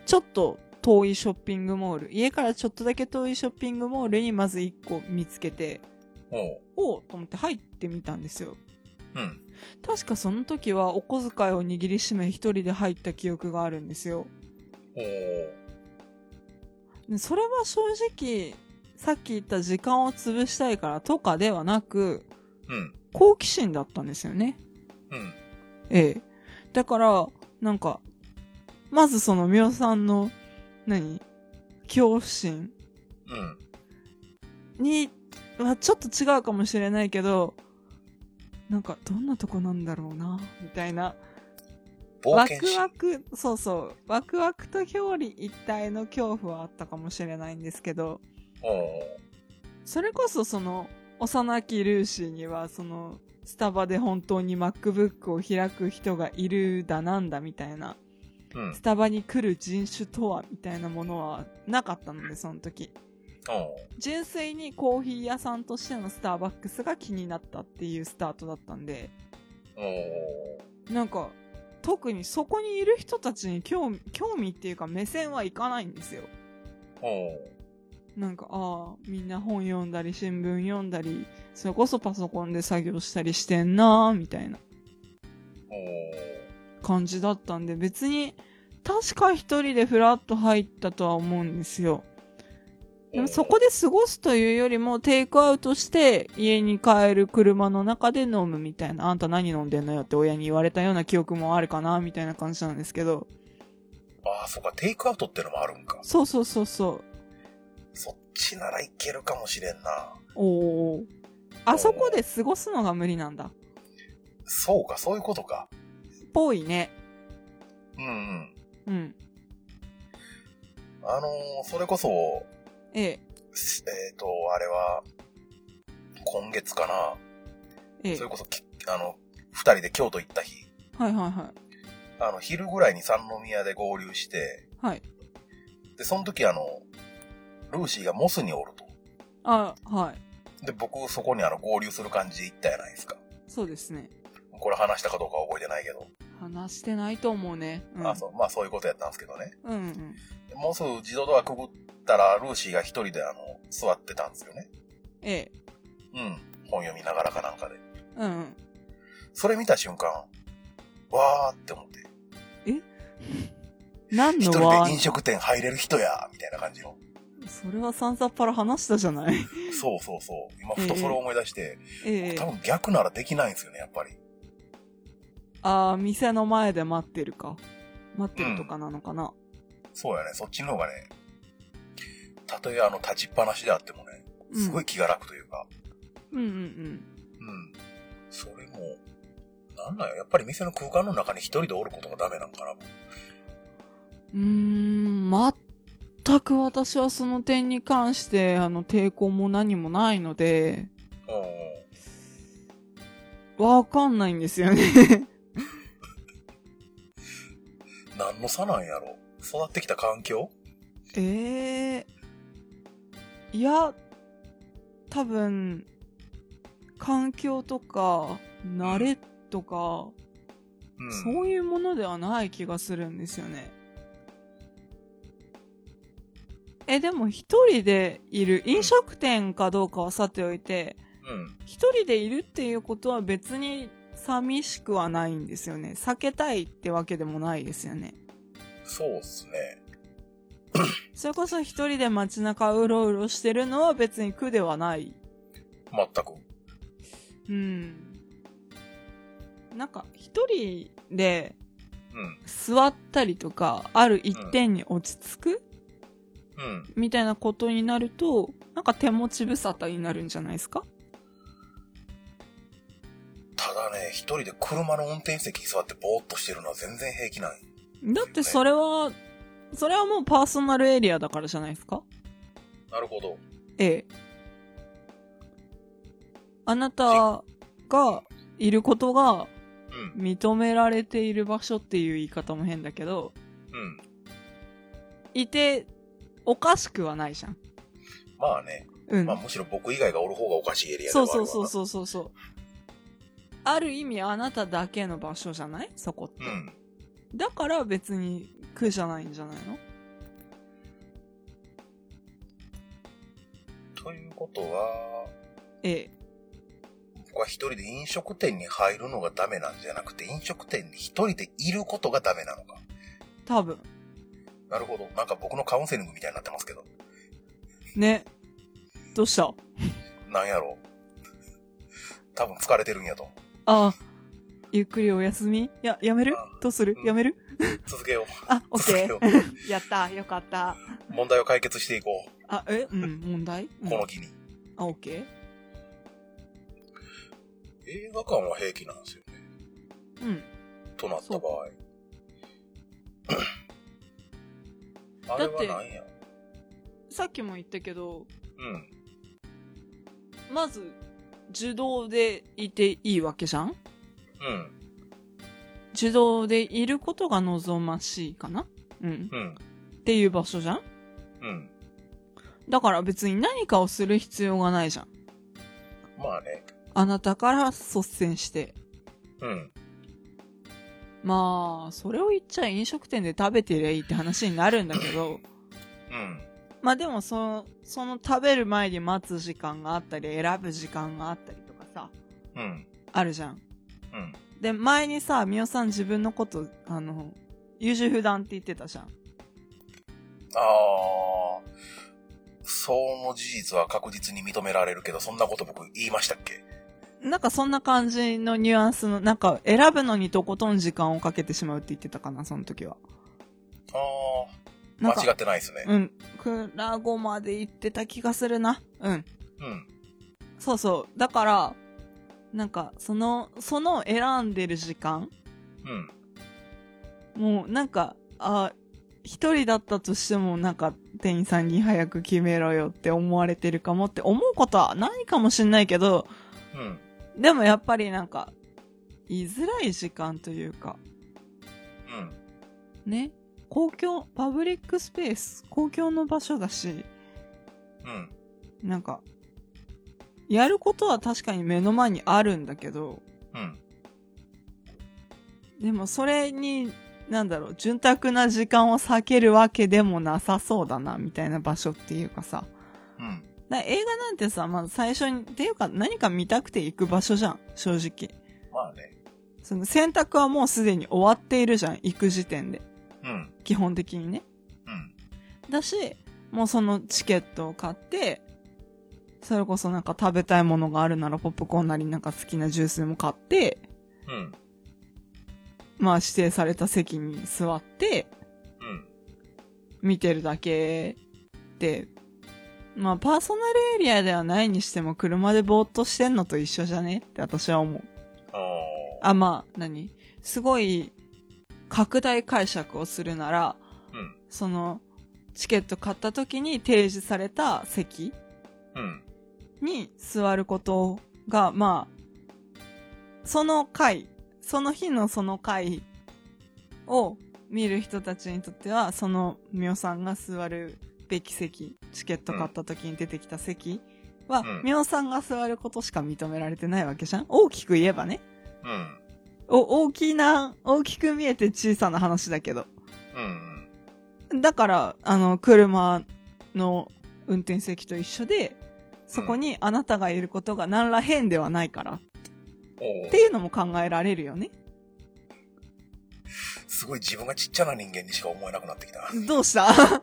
Speaker 1: ちょっと遠いショッピングモール、家からちょっとだけ遠いショッピングモールにまず1個見つけて、
Speaker 2: おう。
Speaker 1: おうと思って入ってみたんですよ。
Speaker 2: うん。
Speaker 1: 確かその時はお小遣いを握りしめ一人で入った記憶があるんですよ。
Speaker 2: おう。
Speaker 1: でそれは正直、さっき言った時間を潰したいからとかではなく、
Speaker 2: うん。
Speaker 1: 好奇心だったんですよね。
Speaker 2: うん。
Speaker 1: ええ。だから、なんか、まずそのみおさんの、何恐怖心
Speaker 2: うん。
Speaker 1: にはちょっと違うかもしれないけど、なんかどんなとこなんだろうな、みたいな。
Speaker 2: 冒
Speaker 1: ワク
Speaker 2: 険心。
Speaker 1: ワク、そうそう、ワクワクと表裏一体の恐怖はあったかもしれないんですけど、
Speaker 2: うん
Speaker 1: それこそその、幼きルーシーには、その、スタバで本当に MacBook を開く人がいるだなんだみたいな、
Speaker 2: うん。うん。うん
Speaker 1: スタバに来る人種とはみたいなものはなかったので、その時。純粋にコーヒー屋さんとしてのスターバックスが気になったっていうスタートだったんで、
Speaker 2: うん。
Speaker 1: なんか、特にそこにいる人たちに興味、興味っていうか目線はいかないんですよ。
Speaker 2: うん。
Speaker 1: なんか、ああ、みんな本読んだり、新聞読んだり、それこそパソコンで作業したりしてんなーみたいな
Speaker 2: う
Speaker 1: 感じだったんで、別に、確か一人でフラッと入ったとは思うんですよ。でも
Speaker 2: ん。
Speaker 1: そこで過ごすというよりも、テイクアウトして、家に帰る車の中で飲むみたいな、あんた何飲んでんのよって親に言われたような記憶もあるかな、みたいな感じなんですけど、
Speaker 2: ああ、そうか、テイクアウトってのもあるんか。
Speaker 1: そうそうそうそう。
Speaker 2: そっちならいけるかもしれんな。
Speaker 1: おお。あそこで過ごすのが無理なんだ。
Speaker 2: そうか、そういうことか。
Speaker 1: ぽいね。
Speaker 2: うんうん。
Speaker 1: うん。
Speaker 2: あのーそれこそ、
Speaker 1: ええ。
Speaker 2: すえっ、と、あれは、今月かな。
Speaker 1: ええ
Speaker 2: それ。こそき、あの、二人で京都行った日。
Speaker 1: はいはいは
Speaker 2: あの、昼ぐらいに三宮で合流して、
Speaker 1: い。はい。
Speaker 2: で、その時あの、ルーシーがモスにおると。
Speaker 1: あ、はい。
Speaker 2: で、僕そこにあの、合流する感じで行ったやないですか。
Speaker 1: そうですね。
Speaker 2: これ話したかどうかは覚えてないけど。
Speaker 1: 話してないと思うね。うん。
Speaker 2: あそう、まあそういうことやったんですけどね。
Speaker 1: うんうん。
Speaker 2: でもうすぐ自動ドアくぐったら、ルーシーが一人であの、座ってたんですよね。
Speaker 1: ええ。
Speaker 2: うん。本読みながらかなんかで。
Speaker 1: うんうん。
Speaker 2: それ見た瞬間、わーって思って、
Speaker 1: 何
Speaker 2: 一
Speaker 1: の
Speaker 2: 人
Speaker 1: は
Speaker 2: で飲食店入れる人やみたいな感じの。
Speaker 1: それはさんざっぱら話したじゃない *laughs*
Speaker 2: そうそうそう。今、ふとそれを思い出して、
Speaker 1: ええ
Speaker 2: 多。分逆ならできないんですよね、やっぱり。
Speaker 1: ああ、店の前で待ってるか。待ってるとかなのかな。
Speaker 2: そうやね、そっちの方がね、たとえあの、立ちっぱなしであってもね、
Speaker 1: うん。
Speaker 2: すごい。気が楽というか、
Speaker 1: うんうんうん。
Speaker 2: うん。それも、なんなんや、やっぱり店の空間の中に一人でおることがダメなんかな。
Speaker 1: うーん、全く私はその点に関して、あの、抵抗も何もないので、
Speaker 2: うん。
Speaker 1: わかんないんですよね。
Speaker 2: 何の差なんやろ。育ってきた環境
Speaker 1: ええいや、多分、環境とか、慣れとか、
Speaker 2: うん。
Speaker 1: そういうものではない気がするんですよね。え、でも一人でいる、飲食店かどうかはさておいて、
Speaker 2: うん。
Speaker 1: 一人でいるっていうことは別に寂しくはないんですよね。避けたいってわけでもないですよね。
Speaker 2: そうっすね。
Speaker 1: それこそ一人で街中うろうろしてるのは別に苦ではない。
Speaker 2: 全く。
Speaker 1: うん。なんか一人で
Speaker 2: うん。
Speaker 1: 座ったりとか、ある一点に落ち着く、
Speaker 2: うん。
Speaker 1: みたいなことになると、なんか手持ち無沙汰になるんじゃないですか
Speaker 2: ただね、一人で車の運転席に座ってぼーっとしてるのは全然平気なんよ
Speaker 1: だってそれは、それはもうパーソナルエリアだからじゃないですか
Speaker 2: なるほど。
Speaker 1: ええ。あなたがいることが
Speaker 2: うん、
Speaker 1: 認められている場所っていう言い方も変だけど、
Speaker 2: うん。
Speaker 1: いておかしくはないじゃん。
Speaker 2: まあね、
Speaker 1: うん
Speaker 2: まあ。むしろ僕以外がおる方がおかしいエリアでは
Speaker 1: そう
Speaker 2: ある
Speaker 1: そう
Speaker 2: わ
Speaker 1: そうそうそうそう。ある意味あなただけの場所じゃないそこって。
Speaker 2: うん。
Speaker 1: だから別に苦じゃないんじゃないの
Speaker 2: ということは、
Speaker 1: ええ。
Speaker 2: 僕は一人で飲食店に入るのがダメなんじゃなくて、飲食店に一人でいることがダメなのか。
Speaker 1: 多分。
Speaker 2: なるほど。なんか僕のカウンセリングみたいになってますけど。
Speaker 1: ね。どうした
Speaker 2: なんやろ多分疲れてるんやと。
Speaker 1: ああ。ゆっくりお休みや、やめるどうする
Speaker 2: うん
Speaker 1: やめる
Speaker 2: 続けよ
Speaker 1: あ、オ
Speaker 2: う。
Speaker 1: ッ
Speaker 2: 続
Speaker 1: ケ
Speaker 2: け
Speaker 1: ー
Speaker 2: よ。う。
Speaker 1: *laughs* やった、よかった。
Speaker 2: 問題を解決していこ
Speaker 1: あ、え、うん、問題、う
Speaker 2: う。
Speaker 1: ん、
Speaker 2: この機に。
Speaker 1: あ、オッケー
Speaker 2: 映画館は平気なんですよね。
Speaker 1: うん。
Speaker 2: となった場合。あ
Speaker 1: だ
Speaker 2: れ
Speaker 1: って
Speaker 2: はなんや。
Speaker 1: さっきも言ったけど、
Speaker 2: うん。
Speaker 1: まず、受動でいていいわけじゃん
Speaker 2: うん。
Speaker 1: 受動でいることが望ましいかなうん。
Speaker 2: うん。
Speaker 1: っていう場所じゃん
Speaker 2: うん。
Speaker 1: だから別に何かをする必要がないじゃん。
Speaker 2: まあね。
Speaker 1: あなたから率先して。
Speaker 2: うん。
Speaker 1: まあ、それを言っちゃ飲食店で食べてりゃいいって話になるんだけど、 *laughs*
Speaker 2: うん。
Speaker 1: まあでもその、その食べる前に待つ時間があったり、選ぶ時間があったりとかさ、
Speaker 2: うん。
Speaker 1: あるじゃん。
Speaker 2: うん。
Speaker 1: で、前にさ、みおさん自分のこと、あの、優柔不断って言ってたじゃん。
Speaker 2: ああ。その事実は確実に認められるけど、そんなこと僕言いましたっけ
Speaker 1: なんかそんな感じのニュアンスの、なんか選ぶのにとことん時間をかけてしまうって言ってたかな、その時は。
Speaker 2: ああ。
Speaker 1: な
Speaker 2: 間
Speaker 1: んか
Speaker 2: 違ってないですね。
Speaker 1: うん。くらごまで言ってた気がするな。うん。
Speaker 2: うん。
Speaker 1: そうそう。だから、なんか、その、その選んでる時間
Speaker 2: うん。
Speaker 1: もうなんか、あ、一人だったとしてもなんか店員さんに早く決めろよって思われてるかもって思うことはないかもしんないけど、
Speaker 2: うん。
Speaker 1: でもやっぱりなんか、言いづらい時間というか、
Speaker 2: うん。
Speaker 1: ね。公共、パブリックスペース、公共の場所だし、
Speaker 2: うん。
Speaker 1: なんか、やることは確かに目の前にあるんだけど、
Speaker 2: うん。
Speaker 1: でもそれに、なんだろう、潤沢な時間を避けるわけでもなさそうだな、みたいな場所っていうかさ。
Speaker 2: うん。
Speaker 1: だ映画なんてさ、まあ最初に、っていうか何か見たくて行く場所じゃん、正直。
Speaker 2: まあね。
Speaker 1: その選択はもうすでに終わっているじゃん、行く時点で。
Speaker 2: うん。
Speaker 1: 基本的にね。
Speaker 2: うん。
Speaker 1: だし、もうそのチケットを買って、それこそなんか食べたいものがあるならポップコーンなりなんか好きなジュースでも買って、
Speaker 2: うん。
Speaker 1: まあ指定された席に座って、
Speaker 2: うん。
Speaker 1: 見てるだけで、まあパーソナルエリアではないにしても車でぼーっとしてんのと一緒じゃねって私は思う。
Speaker 2: ああ。
Speaker 1: あ、まあ、何すごい拡大解釈をするなら、
Speaker 2: うん
Speaker 1: そのチケット買った時に提示された席
Speaker 2: うん。
Speaker 1: に座ることが、まあ、その回、その日のその回を見る人たちにとっては、そのミオさんが座るべき席、チケット買った時に出てきた席は
Speaker 2: うん、
Speaker 1: ミオさんが座ることしか認められてないわけじゃん大きく言えばね。
Speaker 2: うん。
Speaker 1: お、大きな、大きく見えて小さな話だけど。
Speaker 2: うん。
Speaker 1: だから、あの、車の運転席と一緒で、そこにあなたがいることが何ら変ではないからっ
Speaker 2: おお
Speaker 1: て。いうのも考えられるよね。
Speaker 2: すごい自分がちっちゃな人間にしか思えなくなってきた。
Speaker 1: どうした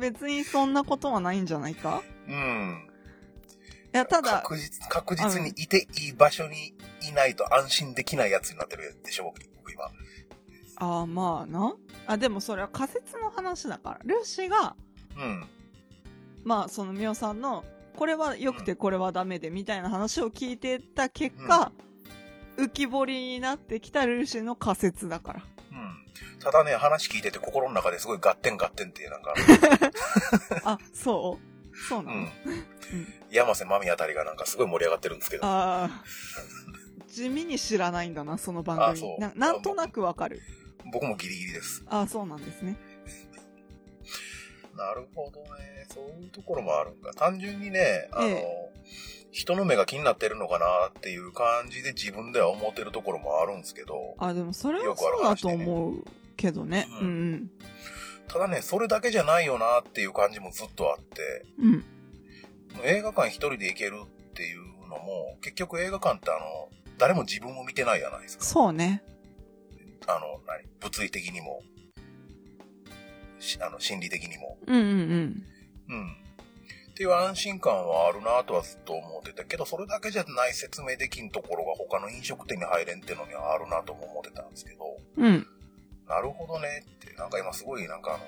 Speaker 1: 別にそんなことはないんじゃないか
Speaker 2: うん。
Speaker 1: いや、ただ、
Speaker 2: 確実、確実にいていい場所にいないと安心できないやつになってるでしょ、僕僕今。
Speaker 1: ああ、まあな。あ、でもそれは仮説の話だから。ルーシーが、
Speaker 2: うん。
Speaker 1: まあそのミオさんの、これは良くてこれはダメでみたいな話を聞いてた結果、浮き彫りになってきたルーシーの仮説だから。
Speaker 2: うん。ただね、話聞いてて心の中ですごいガッテンガッテンって、なん
Speaker 1: *laughs*
Speaker 2: か、
Speaker 1: あ、そうそ
Speaker 2: う
Speaker 1: うなの、
Speaker 2: ん。山瀬まみあたりがなんかすごい盛り上がってるんですけど。
Speaker 1: ああ。地味に知らないんだな、その番
Speaker 2: あ
Speaker 1: 組
Speaker 2: そ。う
Speaker 1: ななんとなくわかる。
Speaker 2: 僕もギリギリです。
Speaker 1: ああ、そうなんですね。
Speaker 2: なるほどね。そういうところもあるんだ。単純にね、あの、
Speaker 1: え
Speaker 2: 人の目が気になってるのかなっていう感じで自分では思ってるところもあるんですけど、
Speaker 1: あでもそれは
Speaker 2: よくある
Speaker 1: そうだと思うけどね。う
Speaker 2: うん
Speaker 1: ん
Speaker 2: ただね、それだけじゃないよなっていう感じもずっとあって、
Speaker 1: うん。うん。
Speaker 2: 映画館一人で行けるっていうのも、結局映画館ってあの、誰も自分を見てないじゃないですか。
Speaker 1: そうね。
Speaker 2: あの、何物理的にも、しあの、心理的にも。
Speaker 1: うんうん
Speaker 2: うん。っていう安心感はあるなとはずっと思ってたけど、それだけじゃない説明できんところが他の飲食店に入れんってのにはあるなとも思ってたんですけど、
Speaker 1: うん。うん。
Speaker 2: なるほどねって、なんか今すごいなんかあの、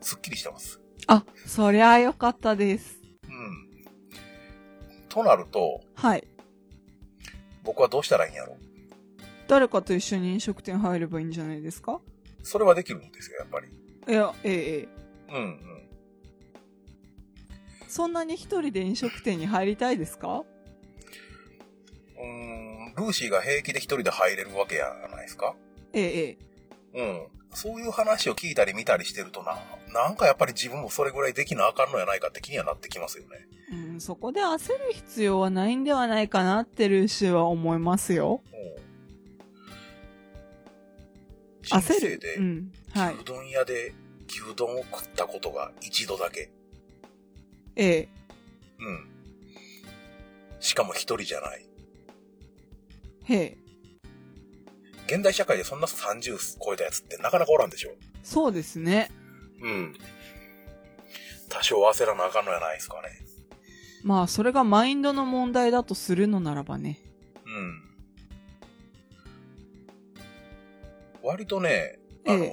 Speaker 2: すっきりしてます。
Speaker 1: あ、そりゃあよかったです。
Speaker 2: うん。となると、
Speaker 1: はい。
Speaker 2: 僕はどうしたらいいんやろ
Speaker 1: 誰かと一緒に飲食店入ればいいんじゃないですか
Speaker 2: それはできるんですよ、やっぱり。
Speaker 1: いや、ええ、え
Speaker 2: うんうん。
Speaker 1: え。そんなに一人で飲食店に入りたいですか
Speaker 2: うーん、ルーシーが平気で一人で入れるわけやないですか
Speaker 1: ええ、ええ。
Speaker 2: うん。そういう話を聞いたり見たりしてるとな、なんかやっぱり自分もそれぐらいできなあかんのやないかって気にはなってきますよね。
Speaker 1: うん、そこで焦る必要はないんではないかなってルーシーは思いますよ。
Speaker 2: うん人
Speaker 1: 焦
Speaker 2: 生
Speaker 1: る
Speaker 2: で、
Speaker 1: うん。はい
Speaker 2: 牛。丼屋で牛丼を食ったことが一度だけ。
Speaker 1: ええ。
Speaker 2: うん。しかも一人じゃない。
Speaker 1: へえ。
Speaker 2: 現代社会でそんな30超えたやつってなかなかおらんでしょ。
Speaker 1: そうですね。
Speaker 2: うん。多少焦らなあかんのやないですかね。
Speaker 1: まあ、それがマインドの問題だとするのならばね。
Speaker 2: うん。割とね、あの、
Speaker 1: ええ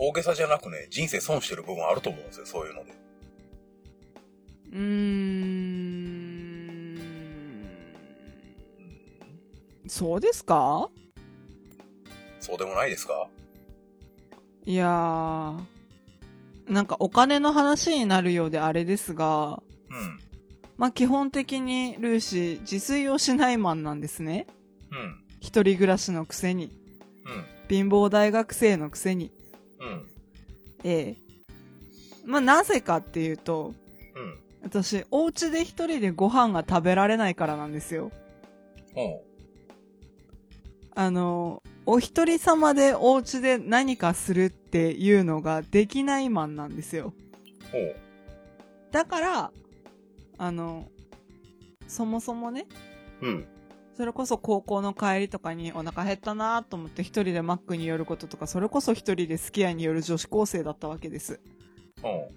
Speaker 2: 大げさじゃなくね、人生損してる部分あると思うんですよ、そういうので。
Speaker 1: うーん。そうですか
Speaker 2: そうでもないですか
Speaker 1: いやー。なんかお金の話になるようであれですが、
Speaker 2: うん。
Speaker 1: まあ基本的にルーシー自炊をしないマンなんですね。
Speaker 2: うん。
Speaker 1: 一人暮らしのくせに、
Speaker 2: うん。
Speaker 1: 貧乏大学生のくせに、
Speaker 2: うん。
Speaker 1: ええ。まあなぜかっていうと、
Speaker 2: うん。
Speaker 1: 私、お家で一人でご飯が食べられないからなんですよ。
Speaker 2: おう
Speaker 1: あの、お一人様でお家で何かするっていうのができないマンなんですよ。
Speaker 2: おう
Speaker 1: だから、あの、そもそもね、
Speaker 2: うん。
Speaker 1: それこそ高校の帰りとかにお腹減ったなと思って一人でマックに寄ることとか、それこそ一人でスキヤに寄る女子高生だったわけです。
Speaker 2: おう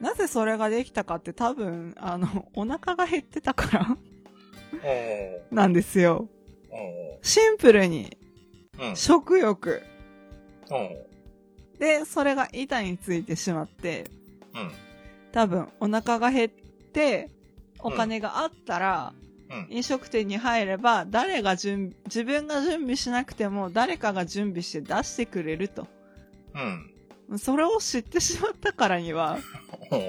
Speaker 1: なぜそれができたかって多分、あの、お腹が減ってたから
Speaker 2: おう
Speaker 1: なんですよ。
Speaker 2: おう
Speaker 1: シンプルに、
Speaker 2: うん。
Speaker 1: 食欲。
Speaker 2: おう
Speaker 1: で、それが板についてしまって、
Speaker 2: うん。
Speaker 1: 多分お腹が減ってお金があったら、
Speaker 2: うん。
Speaker 1: 飲食店に入れば誰が準自分が準備しなくても誰かが準備して出してくれると
Speaker 2: うん。
Speaker 1: それを知ってしまったからには
Speaker 2: おう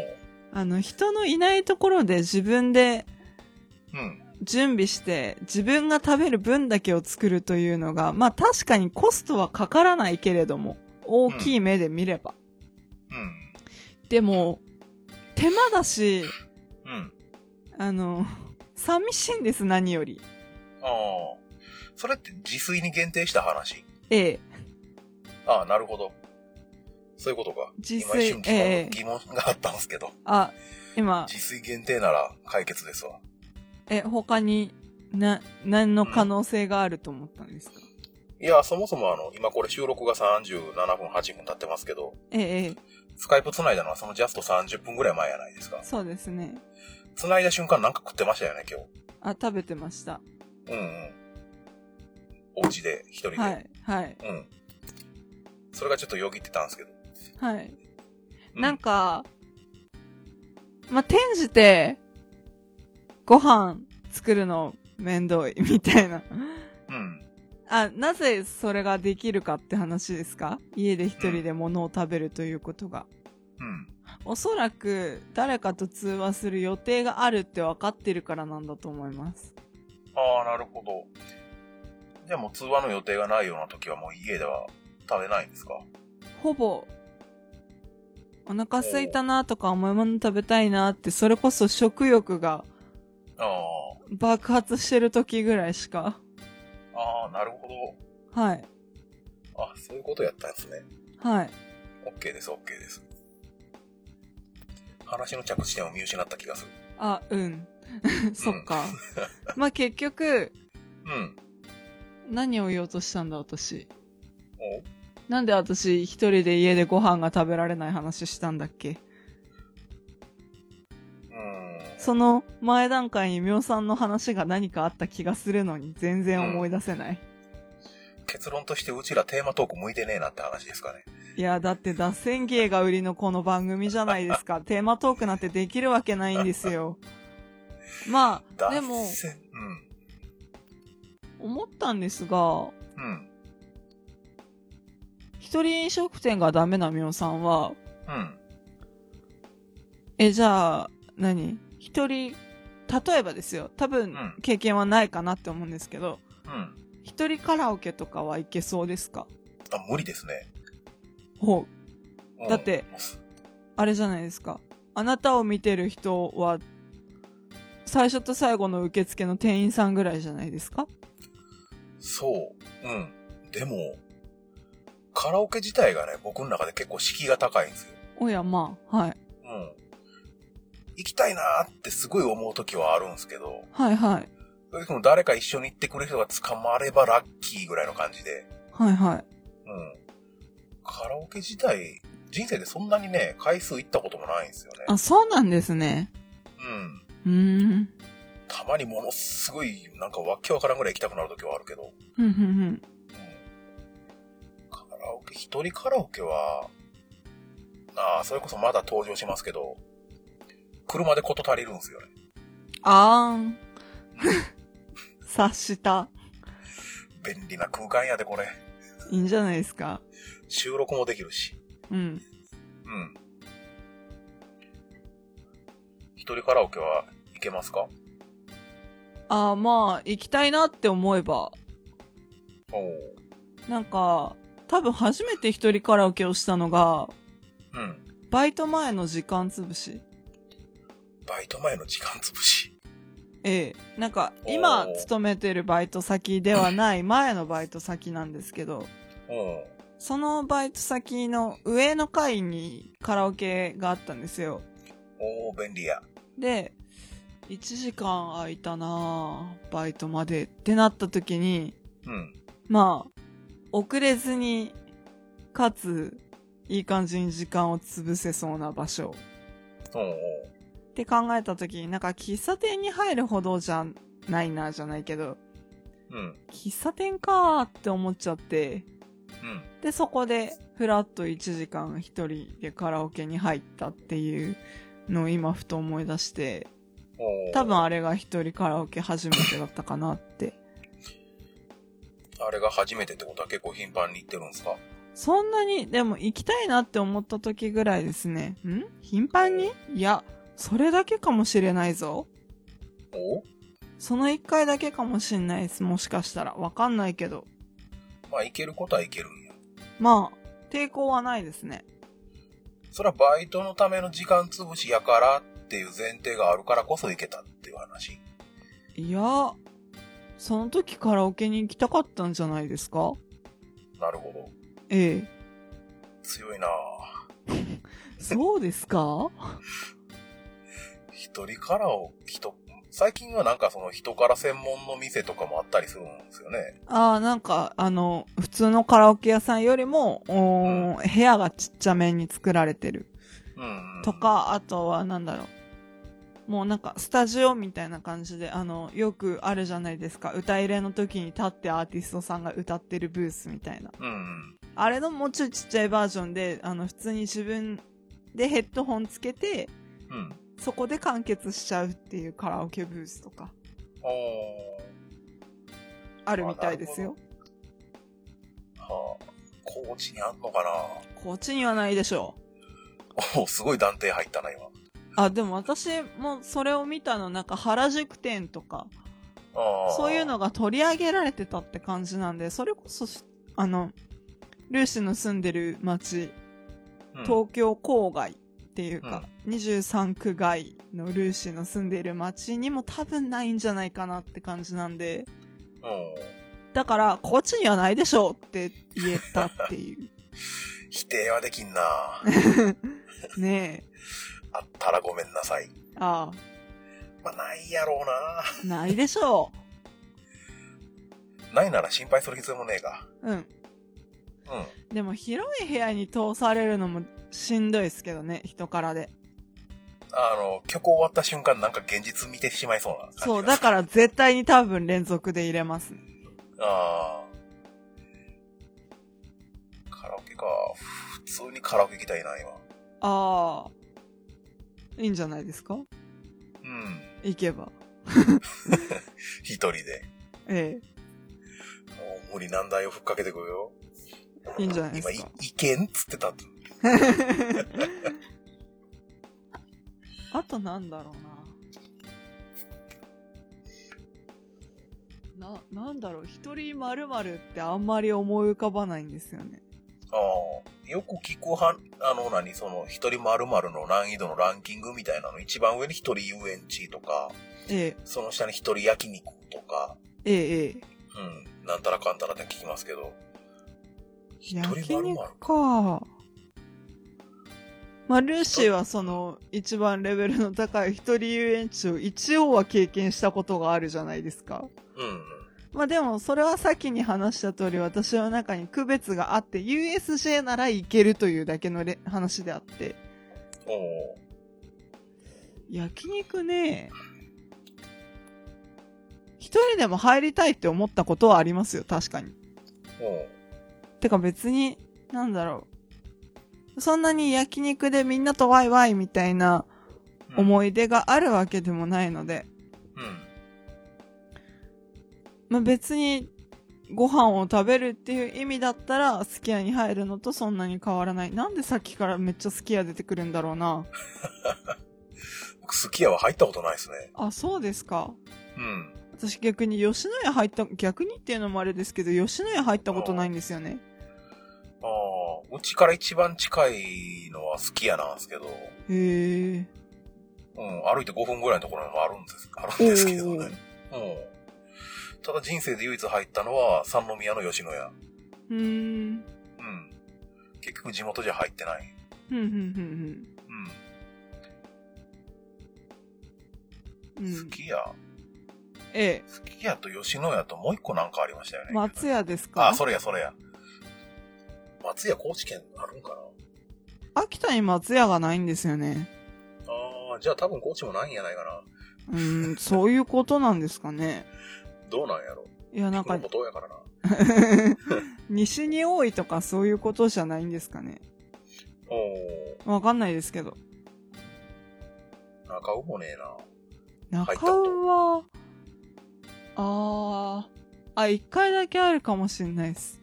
Speaker 1: あの人のいないところで自分で
Speaker 2: うん。
Speaker 1: 準備して自分が食べる分だけを作るというのがまあ確かにコストはかからないけれども大きい目で見れば、
Speaker 2: うん。
Speaker 1: でも手間だし
Speaker 2: うん。
Speaker 1: あの寂しいんです何より
Speaker 2: ああ。それって自炊に限定した話
Speaker 1: ええ
Speaker 2: ああ、なるほど。そういうことか。
Speaker 1: 自
Speaker 2: 今一
Speaker 1: 炊
Speaker 2: 瞬、
Speaker 1: ええ
Speaker 2: 疑問があったんですけど。
Speaker 1: あ、今、
Speaker 2: 自炊限定なら解決ですわ。
Speaker 1: え、他に、な、何の可能性があると思ったんですか、
Speaker 2: いや、そもそもあの、今これ収録が37分、8分経ってますけど、
Speaker 1: ええ、ええ、
Speaker 2: スカイプ繋いだのはそのジャスト30分ぐらい前やないですか。
Speaker 1: そうですね。
Speaker 2: 繋いだ瞬間なんか食ってましたよね、今
Speaker 1: あ、食べてました。
Speaker 2: 日。うんうん。お家で、一人で。
Speaker 1: はい、はい、
Speaker 2: うん。それがちょっとよぎってたんですけど。
Speaker 1: はい。
Speaker 2: う
Speaker 1: なんか、まあ、転じて、ご飯作るの面倒い、みたいな。
Speaker 2: うん。
Speaker 1: あ、なぜそれができるかって話ですか家で一人で物を食べるということが。
Speaker 2: うん。
Speaker 1: おそらく、誰かと通話する予定があるって分かってるからなんだと思います。
Speaker 2: ああ、なるほど。じゃあもう通話の予定がないような時はもう家では食べないんですか
Speaker 1: ほぼ、お腹空いたなとか甘いもの食べたいなって、それこそ食欲が
Speaker 2: あ
Speaker 1: 爆発してる時ぐらいしか。
Speaker 2: あ。ああ、なるほど。
Speaker 1: はい。
Speaker 2: あ、そういうことやったんですね。
Speaker 1: はい。
Speaker 2: OK です、OK です。話の着地点を見失った気がする。
Speaker 1: あ、うん。 *laughs* そっか。まあ結局、
Speaker 2: うん。
Speaker 1: 何を言おうとしたんだ私。
Speaker 2: お
Speaker 1: なんで私一人で家でご飯が食べられない話したんだっけ
Speaker 2: うん。
Speaker 1: その前段階にみょうさんの話が何かあった気がするのに全然思い出せない。
Speaker 2: 結論としてうちらテーマトーク向いてねえなって話ですかね。
Speaker 1: いや、だって脱線芸が売りのこの番組じゃないで
Speaker 2: *laughs*
Speaker 1: すか。テーマトークなんてできるわけないんですよ。まあ、
Speaker 2: だ
Speaker 1: でも、
Speaker 2: せうん。
Speaker 1: 思ったんですが、
Speaker 2: うん。
Speaker 1: 一人飲食店がダメなみおさんは、
Speaker 2: うん。
Speaker 1: え、じゃあ、何一人、例えばですよ。多分
Speaker 2: うん、
Speaker 1: 経験はないかなって思うんですけど、
Speaker 2: うん。
Speaker 1: 一人カラオケとかはいけそうですか
Speaker 2: あ、無理ですね。
Speaker 1: ほう。
Speaker 2: うん
Speaker 1: だって、あれじゃないですか。あなたを見てる人は、最初と最後の受付の店員さんぐらいじゃないですか
Speaker 2: そう。うん。でも、カラオケ自体がね、僕の中で結構敷居が高いんですよ。
Speaker 1: おや、まあ、はい。
Speaker 2: うん。行きたいなーってすごい思う時はあるんですけど、
Speaker 1: はいはい。
Speaker 2: それでも誰か一緒に行ってくれる人が捕まればラッキーぐらいの感じで、
Speaker 1: はい
Speaker 2: う
Speaker 1: はい。
Speaker 2: ん。カラオケ自体、人生でそんなにね、回数行ったこともないんですよね。
Speaker 1: あ、そうなんですね。
Speaker 2: うん。
Speaker 1: うーん。
Speaker 2: たまにものすごい、なんかわけわからんぐらい行きたくなる時はあるけど、
Speaker 1: ふんふんふん。
Speaker 2: カラオケ、一人カラオケは、ああ、それこそまだ登場しますけど、車で事足りるんですよね。
Speaker 1: あーん。 *laughs* 察した。
Speaker 2: 便利な空間やで、これ。
Speaker 1: いいんじゃないですか。
Speaker 2: 収録もできるし。
Speaker 1: うん。
Speaker 2: うん。一人カラオケは行けますか
Speaker 1: あーまあ、行きたいなって思えば。
Speaker 2: おお。
Speaker 1: なんか、多分初めて一人カラオケをしたのが、
Speaker 2: うん。
Speaker 1: バイト前の時間つぶし。
Speaker 2: バイト前の時間つぶし。
Speaker 1: ええ。なんか、今
Speaker 2: おー
Speaker 1: 勤めてるバイト先ではない前のバイト先なんですけど、
Speaker 2: おお。
Speaker 1: そのバイト先の上の階にカラオケがあったんですよ。
Speaker 2: おお、便利や。
Speaker 1: で、1時間空いたなぁ、バイトまでってなった時に、
Speaker 2: うん。
Speaker 1: まあ、遅れずに、かつ、いい感じに時間を潰せそうな場所
Speaker 2: おお。
Speaker 1: って考えた時に、なんか喫茶店に入るほどじゃないな、じゃないけど、
Speaker 2: うん。
Speaker 1: 喫茶店かーって思っちゃって、
Speaker 2: うん。
Speaker 1: で、そこで、ふらっと1時間一人でカラオケに入ったっていうのを今ふと思い出して、
Speaker 2: おお。
Speaker 1: 多分あれが一人カラオケ初めてだったかなって。
Speaker 2: あれが初めてってことは結構頻繁に行ってるんですか
Speaker 1: そんなに、でも行きたいなって思った時ぐらいですね。ん頻繁にいや、それだけかもしれないぞ。
Speaker 2: おお。
Speaker 1: その一回だけかもしんないです。もしかしたら。わかんないけど。
Speaker 2: まあ、行けることは行けるんや。
Speaker 1: まあ、抵抗はないですね。
Speaker 2: それはバイトのための時間つぶしやからっていう前提があるからこそ行けたっていう話。
Speaker 1: いや、その時カラオケに行きたかったんじゃないですか
Speaker 2: なるほど。
Speaker 1: ええ。
Speaker 2: 強いなあ
Speaker 1: そうですか
Speaker 2: 一人からを、人、最近はなんかその人から専門の店とかもあったりするんですよね。
Speaker 1: *laughs* ああ、なんか、あの、普通のカラオケ屋さんよりも、おー部屋がちっちゃめに作られてる。
Speaker 2: うん、うん。
Speaker 1: と。か、あとはなんだろう。もうなんか、スタジオみたいな感じで、あの、よくあるじゃないですか。歌入れの時に立ってアーティストさんが歌ってるブースみたいな。
Speaker 2: うん、うん。
Speaker 1: あれのもうちょいちっちゃいバージョンで、あの、普通に自分でヘッドホンつけて、
Speaker 2: うん。
Speaker 1: そこで完結しちゃうっていうカラオケブースとか、
Speaker 2: お
Speaker 1: あるみたいですよ。
Speaker 2: ーはあ、高知にあんのかな *laughs*
Speaker 1: こっちにはないでしょう。
Speaker 2: おーすごい断定入ったな、今。
Speaker 1: あ、でも私もそれを見たの、なんか原宿店とか、
Speaker 2: あー
Speaker 1: そういうの。が取り上げられてたって感じなんで、それこそし、あの、ルーシーの住んでる町、
Speaker 2: うん
Speaker 1: 東京郊外っていうか、23区外のルーシーの住んでる町にも多分ないんじゃないかなって感じなんで、
Speaker 2: うん
Speaker 1: だから、こっちにはないでしょうって言えたって *laughs* い
Speaker 2: 否定はできんな *laughs*
Speaker 1: う。ねえ。
Speaker 2: あったらごめんなさい。
Speaker 1: あ
Speaker 2: まあ、ないやろう
Speaker 1: あ、ないでしょ
Speaker 2: なないなら心配する必要もねえか。
Speaker 1: う。うん。
Speaker 2: うん。
Speaker 1: でも広い部屋に通されるのもしんどいですけどね、人からで。
Speaker 2: あの、曲終わった瞬間なんか現実見てしまいそうな感じが
Speaker 1: そう、だから絶対に多分連続で入れますね。
Speaker 2: ああ。カラオケか。普通にカラオケ行きたいな、今。
Speaker 1: ああ、いいんじゃないですか
Speaker 2: うん。
Speaker 1: 行けば。
Speaker 2: 一人で。
Speaker 1: ええ。
Speaker 2: 無理難題をふっかけてくるよ。
Speaker 1: いいんじゃないで
Speaker 2: 今、
Speaker 1: す
Speaker 2: い
Speaker 1: か。
Speaker 2: いけんっつってたって。
Speaker 1: *laughs* あとなんだろうな。な、なんだろう。一人まるってあんまり思い浮かばないんですよね。
Speaker 2: ああ、よく聞くは、あの、何、その、一人〇〇の難易度のランキングみたいなの、一番上に一人遊園地とか、
Speaker 1: え
Speaker 2: その下に一人焼肉とか、
Speaker 1: え、ええ、ええ。
Speaker 2: うん、なんたらかんたらって聞きますけど、一
Speaker 1: 焼
Speaker 2: 人〇
Speaker 1: 肉
Speaker 2: 〇
Speaker 1: か。まあ、ルーシーはその、一番レベルの高い一人遊園地を一応は経験したことがあるじゃないですか。
Speaker 2: うんうん。
Speaker 1: まあでも、それは先に話した通り、私の中に区別があって、USJ なら行けるというだけのれ話であって。
Speaker 2: おう
Speaker 1: 焼肉ね、一人でも入りたいって思ったことはありますよ、確かに。
Speaker 2: おう
Speaker 1: てか別に、なんだろう。そんなに焼肉でみんなとワイワイみたいな
Speaker 2: うん
Speaker 1: 思い出があるわけでもないので、
Speaker 2: うん。
Speaker 1: まあ、別にご飯を食べるっていう意味だったら、すき家に入るのとそんなに変わらない。なんでさっきからめっちゃすき家出てくるんだろうな。
Speaker 2: 僕、すき家は入ったことないですね。
Speaker 1: あ、そうですか。
Speaker 2: うん。
Speaker 1: 私逆に吉野家入った、逆にっていうのもあれですけど、吉野家入ったことないんですよね。
Speaker 2: ああ、うちから一番近いのはすき家なんですけど、
Speaker 1: へえ。
Speaker 2: うん、歩いて5分ぐらいのところにもあるんです、あるんですけどね。うん。ただ人生で唯一入ったのは三宮の吉野家。
Speaker 1: うーん。
Speaker 2: うん。結局地元じゃ入ってない。
Speaker 1: ふんふんふんふん。
Speaker 2: う。
Speaker 1: うん
Speaker 2: す
Speaker 1: ん。
Speaker 2: き家。
Speaker 1: ええ。
Speaker 2: すき家と吉野家ともう一個なんかありましたよね。
Speaker 1: 松屋ですか
Speaker 2: あ、それや、それや。松屋高知県あるんかな
Speaker 1: 秋田に松屋がないんですよね。
Speaker 2: ああ、じゃあ多分高知もないんやないかな。
Speaker 1: うーん、そういうことなんですかね。
Speaker 2: どうなんやろ。
Speaker 1: いや、なん
Speaker 2: これ
Speaker 1: か
Speaker 2: も、どうやからな。
Speaker 1: 西に多いとかそういうことじゃないんですかね。
Speaker 2: おお。
Speaker 1: わかんないですけど。
Speaker 2: 中尾もねえな。入った
Speaker 1: 中
Speaker 2: と
Speaker 1: 尾は、あー、あ、一回だけあるかもしれないです。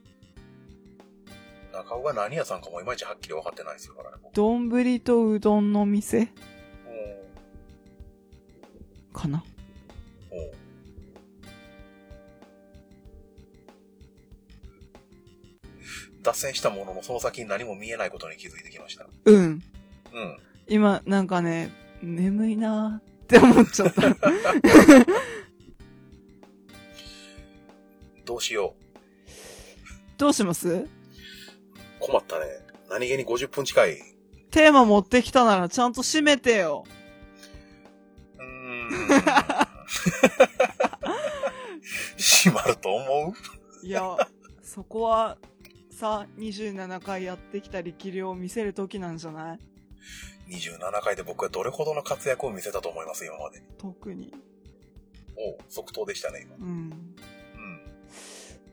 Speaker 2: 中尾が何屋さんかもいまいちはっきり分かってないですよからね。僕
Speaker 1: 丼とうどんの店かな。
Speaker 2: おーおー脱線したものの、その先に何も見えないことに気づいてきました。
Speaker 1: うん。
Speaker 2: うん。
Speaker 1: 今、なんかね、眠いなーって思っちゃった。
Speaker 2: どうしよう。
Speaker 1: どうします
Speaker 2: 困ったね。何気に50分近い。う
Speaker 1: テーマ持ってきたならちゃんと締めてよ。
Speaker 2: ーん。閉まると思う
Speaker 1: いや、そこは、さ、27回やってきた力量を見せるときなんじゃない
Speaker 2: ?27 回で僕はどれほどの活躍を見せたと思います、今まで。
Speaker 1: 特に。
Speaker 2: おう即答でしたね、今。
Speaker 1: うん。
Speaker 2: うん。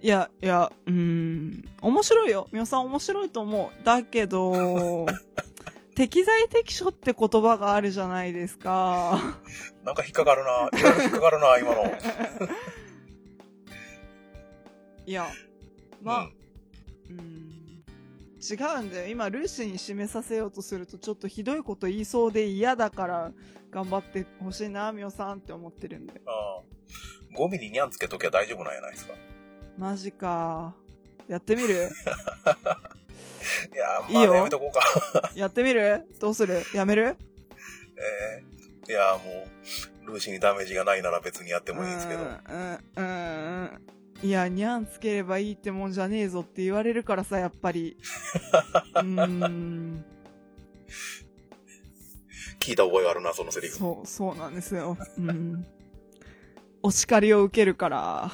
Speaker 1: いや、いや、うーん。面白いよ。みおさん面白いと思う。だけ *laughs* ど、適材適所って言葉があるじゃないですか。
Speaker 2: なんか引っかかるな。いろいろ引っかかるな、今の。
Speaker 1: いや、ま
Speaker 2: う
Speaker 1: あ
Speaker 2: ん、
Speaker 1: うん。違うんだよ。今、ルーシーに締めさせようとすると、ちょっとひどいこと言いそうで嫌だから、頑張ってほしいな、みおさんって思ってるんで。
Speaker 2: ああ。ゴミにニャンつけときゃ大丈夫なんやないですか。
Speaker 1: マジか。やってみる
Speaker 2: いやー、
Speaker 1: いい
Speaker 2: ま
Speaker 1: よ
Speaker 2: あ、やめとこうか。 *laughs*
Speaker 1: やってみるどうするやめる
Speaker 2: ええいやー、もう、ルーシーにダメージがないなら別にやってもいいんですけど。
Speaker 1: う
Speaker 2: あ
Speaker 1: ん、うん、うん。いや、にゃんつければいいってもんじゃねえぞって言われるからさ、やっぱ
Speaker 2: *laughs*
Speaker 1: り。うーん。
Speaker 2: 聞いた覚えがあるな、そのセリフ。
Speaker 1: そう、そうなんですよ。うん。お叱りを受けるから。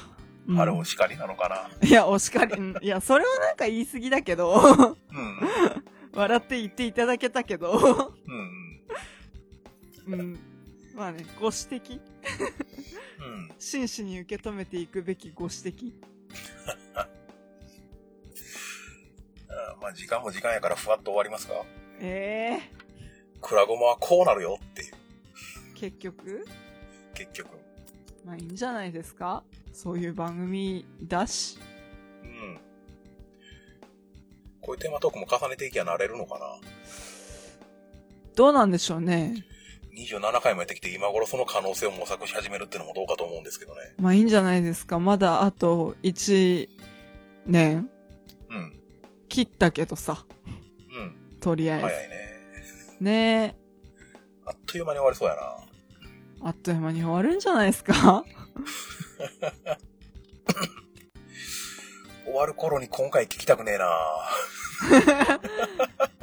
Speaker 1: うん
Speaker 2: あれ、お叱りなのかない
Speaker 1: や、お叱り、うんいや、それはなんか言い過ぎだけど、 *laughs*
Speaker 2: うん。
Speaker 1: 笑って言っていただけたけど、
Speaker 2: うん。うん
Speaker 1: うん。まあね、ご指摘。
Speaker 2: うん。
Speaker 1: 真摯に受け止めていくべきご指摘。
Speaker 2: あーまあ、時間も時間やからふわっと終わりますが、
Speaker 1: ええ
Speaker 2: クラゴマはこうなるよっていう、
Speaker 1: 結局
Speaker 2: 結局。
Speaker 1: まあいいんじゃないですかそういう番組だし。
Speaker 2: こういうテーマトークも重ねていきゃなれるのかな
Speaker 1: どうなんでしょうね。
Speaker 2: 27回もやってきて今頃その可能性を模索し始めるってのもどうかと思うんですけどね
Speaker 1: まあいいんじゃないですか。まだあと1年
Speaker 2: うん
Speaker 1: 切ったけどさ。
Speaker 2: うん
Speaker 1: とりあえず。
Speaker 2: 早いね
Speaker 1: ねえ。
Speaker 2: あっという間に終わりそうやな
Speaker 1: あっという間に終わるんじゃないです *laughs* か
Speaker 2: 終わる頃に今回聞きたくねえな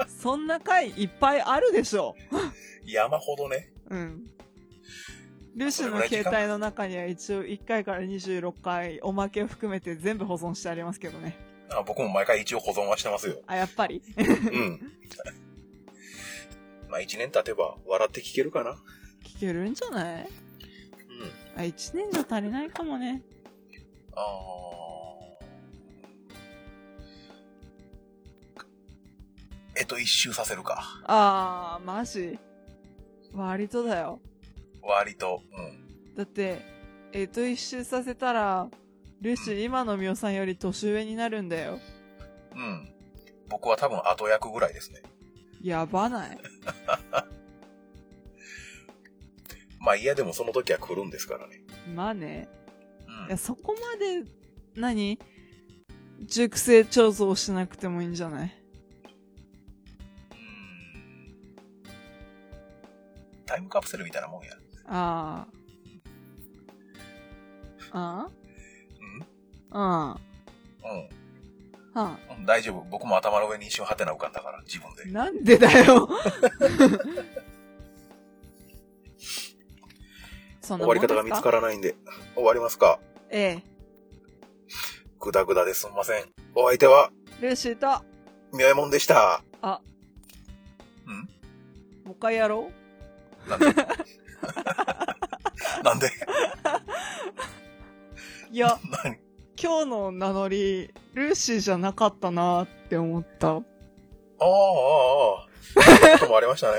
Speaker 1: そんな回いっぱいあるでしょ
Speaker 2: 山ほどね
Speaker 1: う。うん。ルシの携帯の中には一応1回から26回おまけを含めて全部保存してありますけどね。
Speaker 2: あ僕も毎回一応保存はしてますよ
Speaker 1: あ、やっぱり。
Speaker 2: うん *laughs* まあ1年経てば笑って聞けるかな
Speaker 1: 聞けるんじゃな
Speaker 2: う
Speaker 1: い
Speaker 2: ん
Speaker 1: あ、1年じゃ足りないかもね。
Speaker 2: あーえっと一周させるか
Speaker 1: あー、マジ割とだよ。
Speaker 2: 割とうん
Speaker 1: だって、えっ、と、一周させたら、ルシ、今のみおさんより年上になるんだよ。
Speaker 2: うん僕は多分後役ぐらいですね
Speaker 1: やばない。
Speaker 2: まあいやでもその時は来るんですからね。
Speaker 1: まあね。
Speaker 2: うん
Speaker 1: いや、そこまで、何熟成調査をしなくてもいいんじゃない
Speaker 2: うんタイムカプセルみたいなもんや。
Speaker 1: ああ。あ
Speaker 2: うん
Speaker 1: あ。
Speaker 2: うん
Speaker 1: あ
Speaker 2: うん。大丈夫。僕も頭の上に一瞬ハテナ浮かんだから、自分
Speaker 1: あ。
Speaker 2: で。
Speaker 1: なんでだ
Speaker 2: *laughs*
Speaker 1: よ。そん
Speaker 2: 終
Speaker 1: なも
Speaker 2: わ
Speaker 1: ん
Speaker 2: り
Speaker 1: です
Speaker 2: 方
Speaker 1: か
Speaker 2: が見つからないんで、終わりますか。
Speaker 1: え
Speaker 2: グダグダですんません。お相手は、
Speaker 1: え。ルーシーと、
Speaker 2: みやもんでした。
Speaker 1: あ。
Speaker 2: うん
Speaker 1: もう一回やろう
Speaker 2: なん
Speaker 1: *laughs*
Speaker 2: でなんで
Speaker 1: いや、
Speaker 2: 何
Speaker 1: 今日の名乗り、ルーシーじゃなかったなって思った。
Speaker 2: ああ、ああ、ああ。こともありましたね。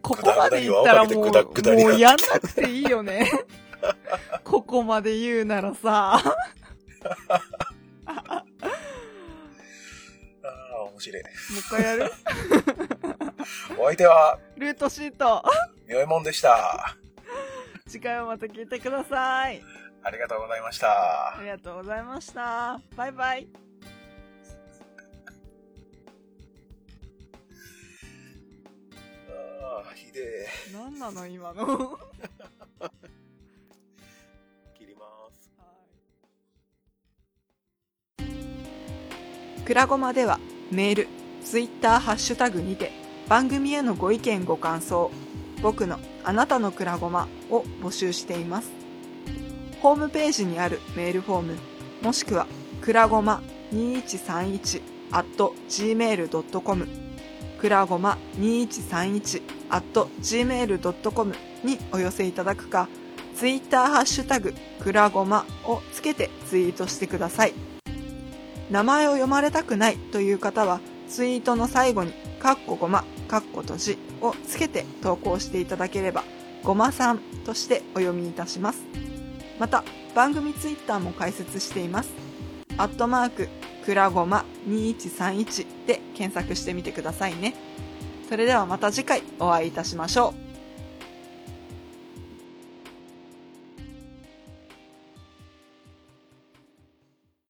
Speaker 1: ここまで言ったらもう、
Speaker 2: グダグダに
Speaker 1: も
Speaker 2: は分かれてグダグダになってきた
Speaker 1: うやんなくていいよ *laughs* ね。ここまで言うならさ。
Speaker 2: ああ、面白い。
Speaker 1: もう一回やる
Speaker 2: お相手は、
Speaker 1: ルートシート。
Speaker 2: みやもんでした。
Speaker 1: 次回もまた聞いてください。
Speaker 2: ありがとうございました
Speaker 1: あ。りがとうございました。バイバイ。
Speaker 2: ああ、ひでえ。
Speaker 1: 何なの今の。
Speaker 2: 切ります。
Speaker 1: くらごまではメール、ツイッター、ハッシュタグにて番組へのご意見ご感想、僕のあなたのくらごまを募集しています。ホームページにあるメールフォーム、もしくはくらごま2131 at gmail.com くらごま2131 at gmail.com にお寄せいただくか、ツイッターハッシュタグくらごまをつけてツイートしてください。名前を読まれたくないという方は、ツイートの最後に、かっこごま、かっことじをつけて投稿していただければ、ごまさんとしてお読みいたします。また、番組ツイッターも開設しています。アットマーク、くらごま2131で検索してみてくださいね。それではまた次回お会いいたしましょう。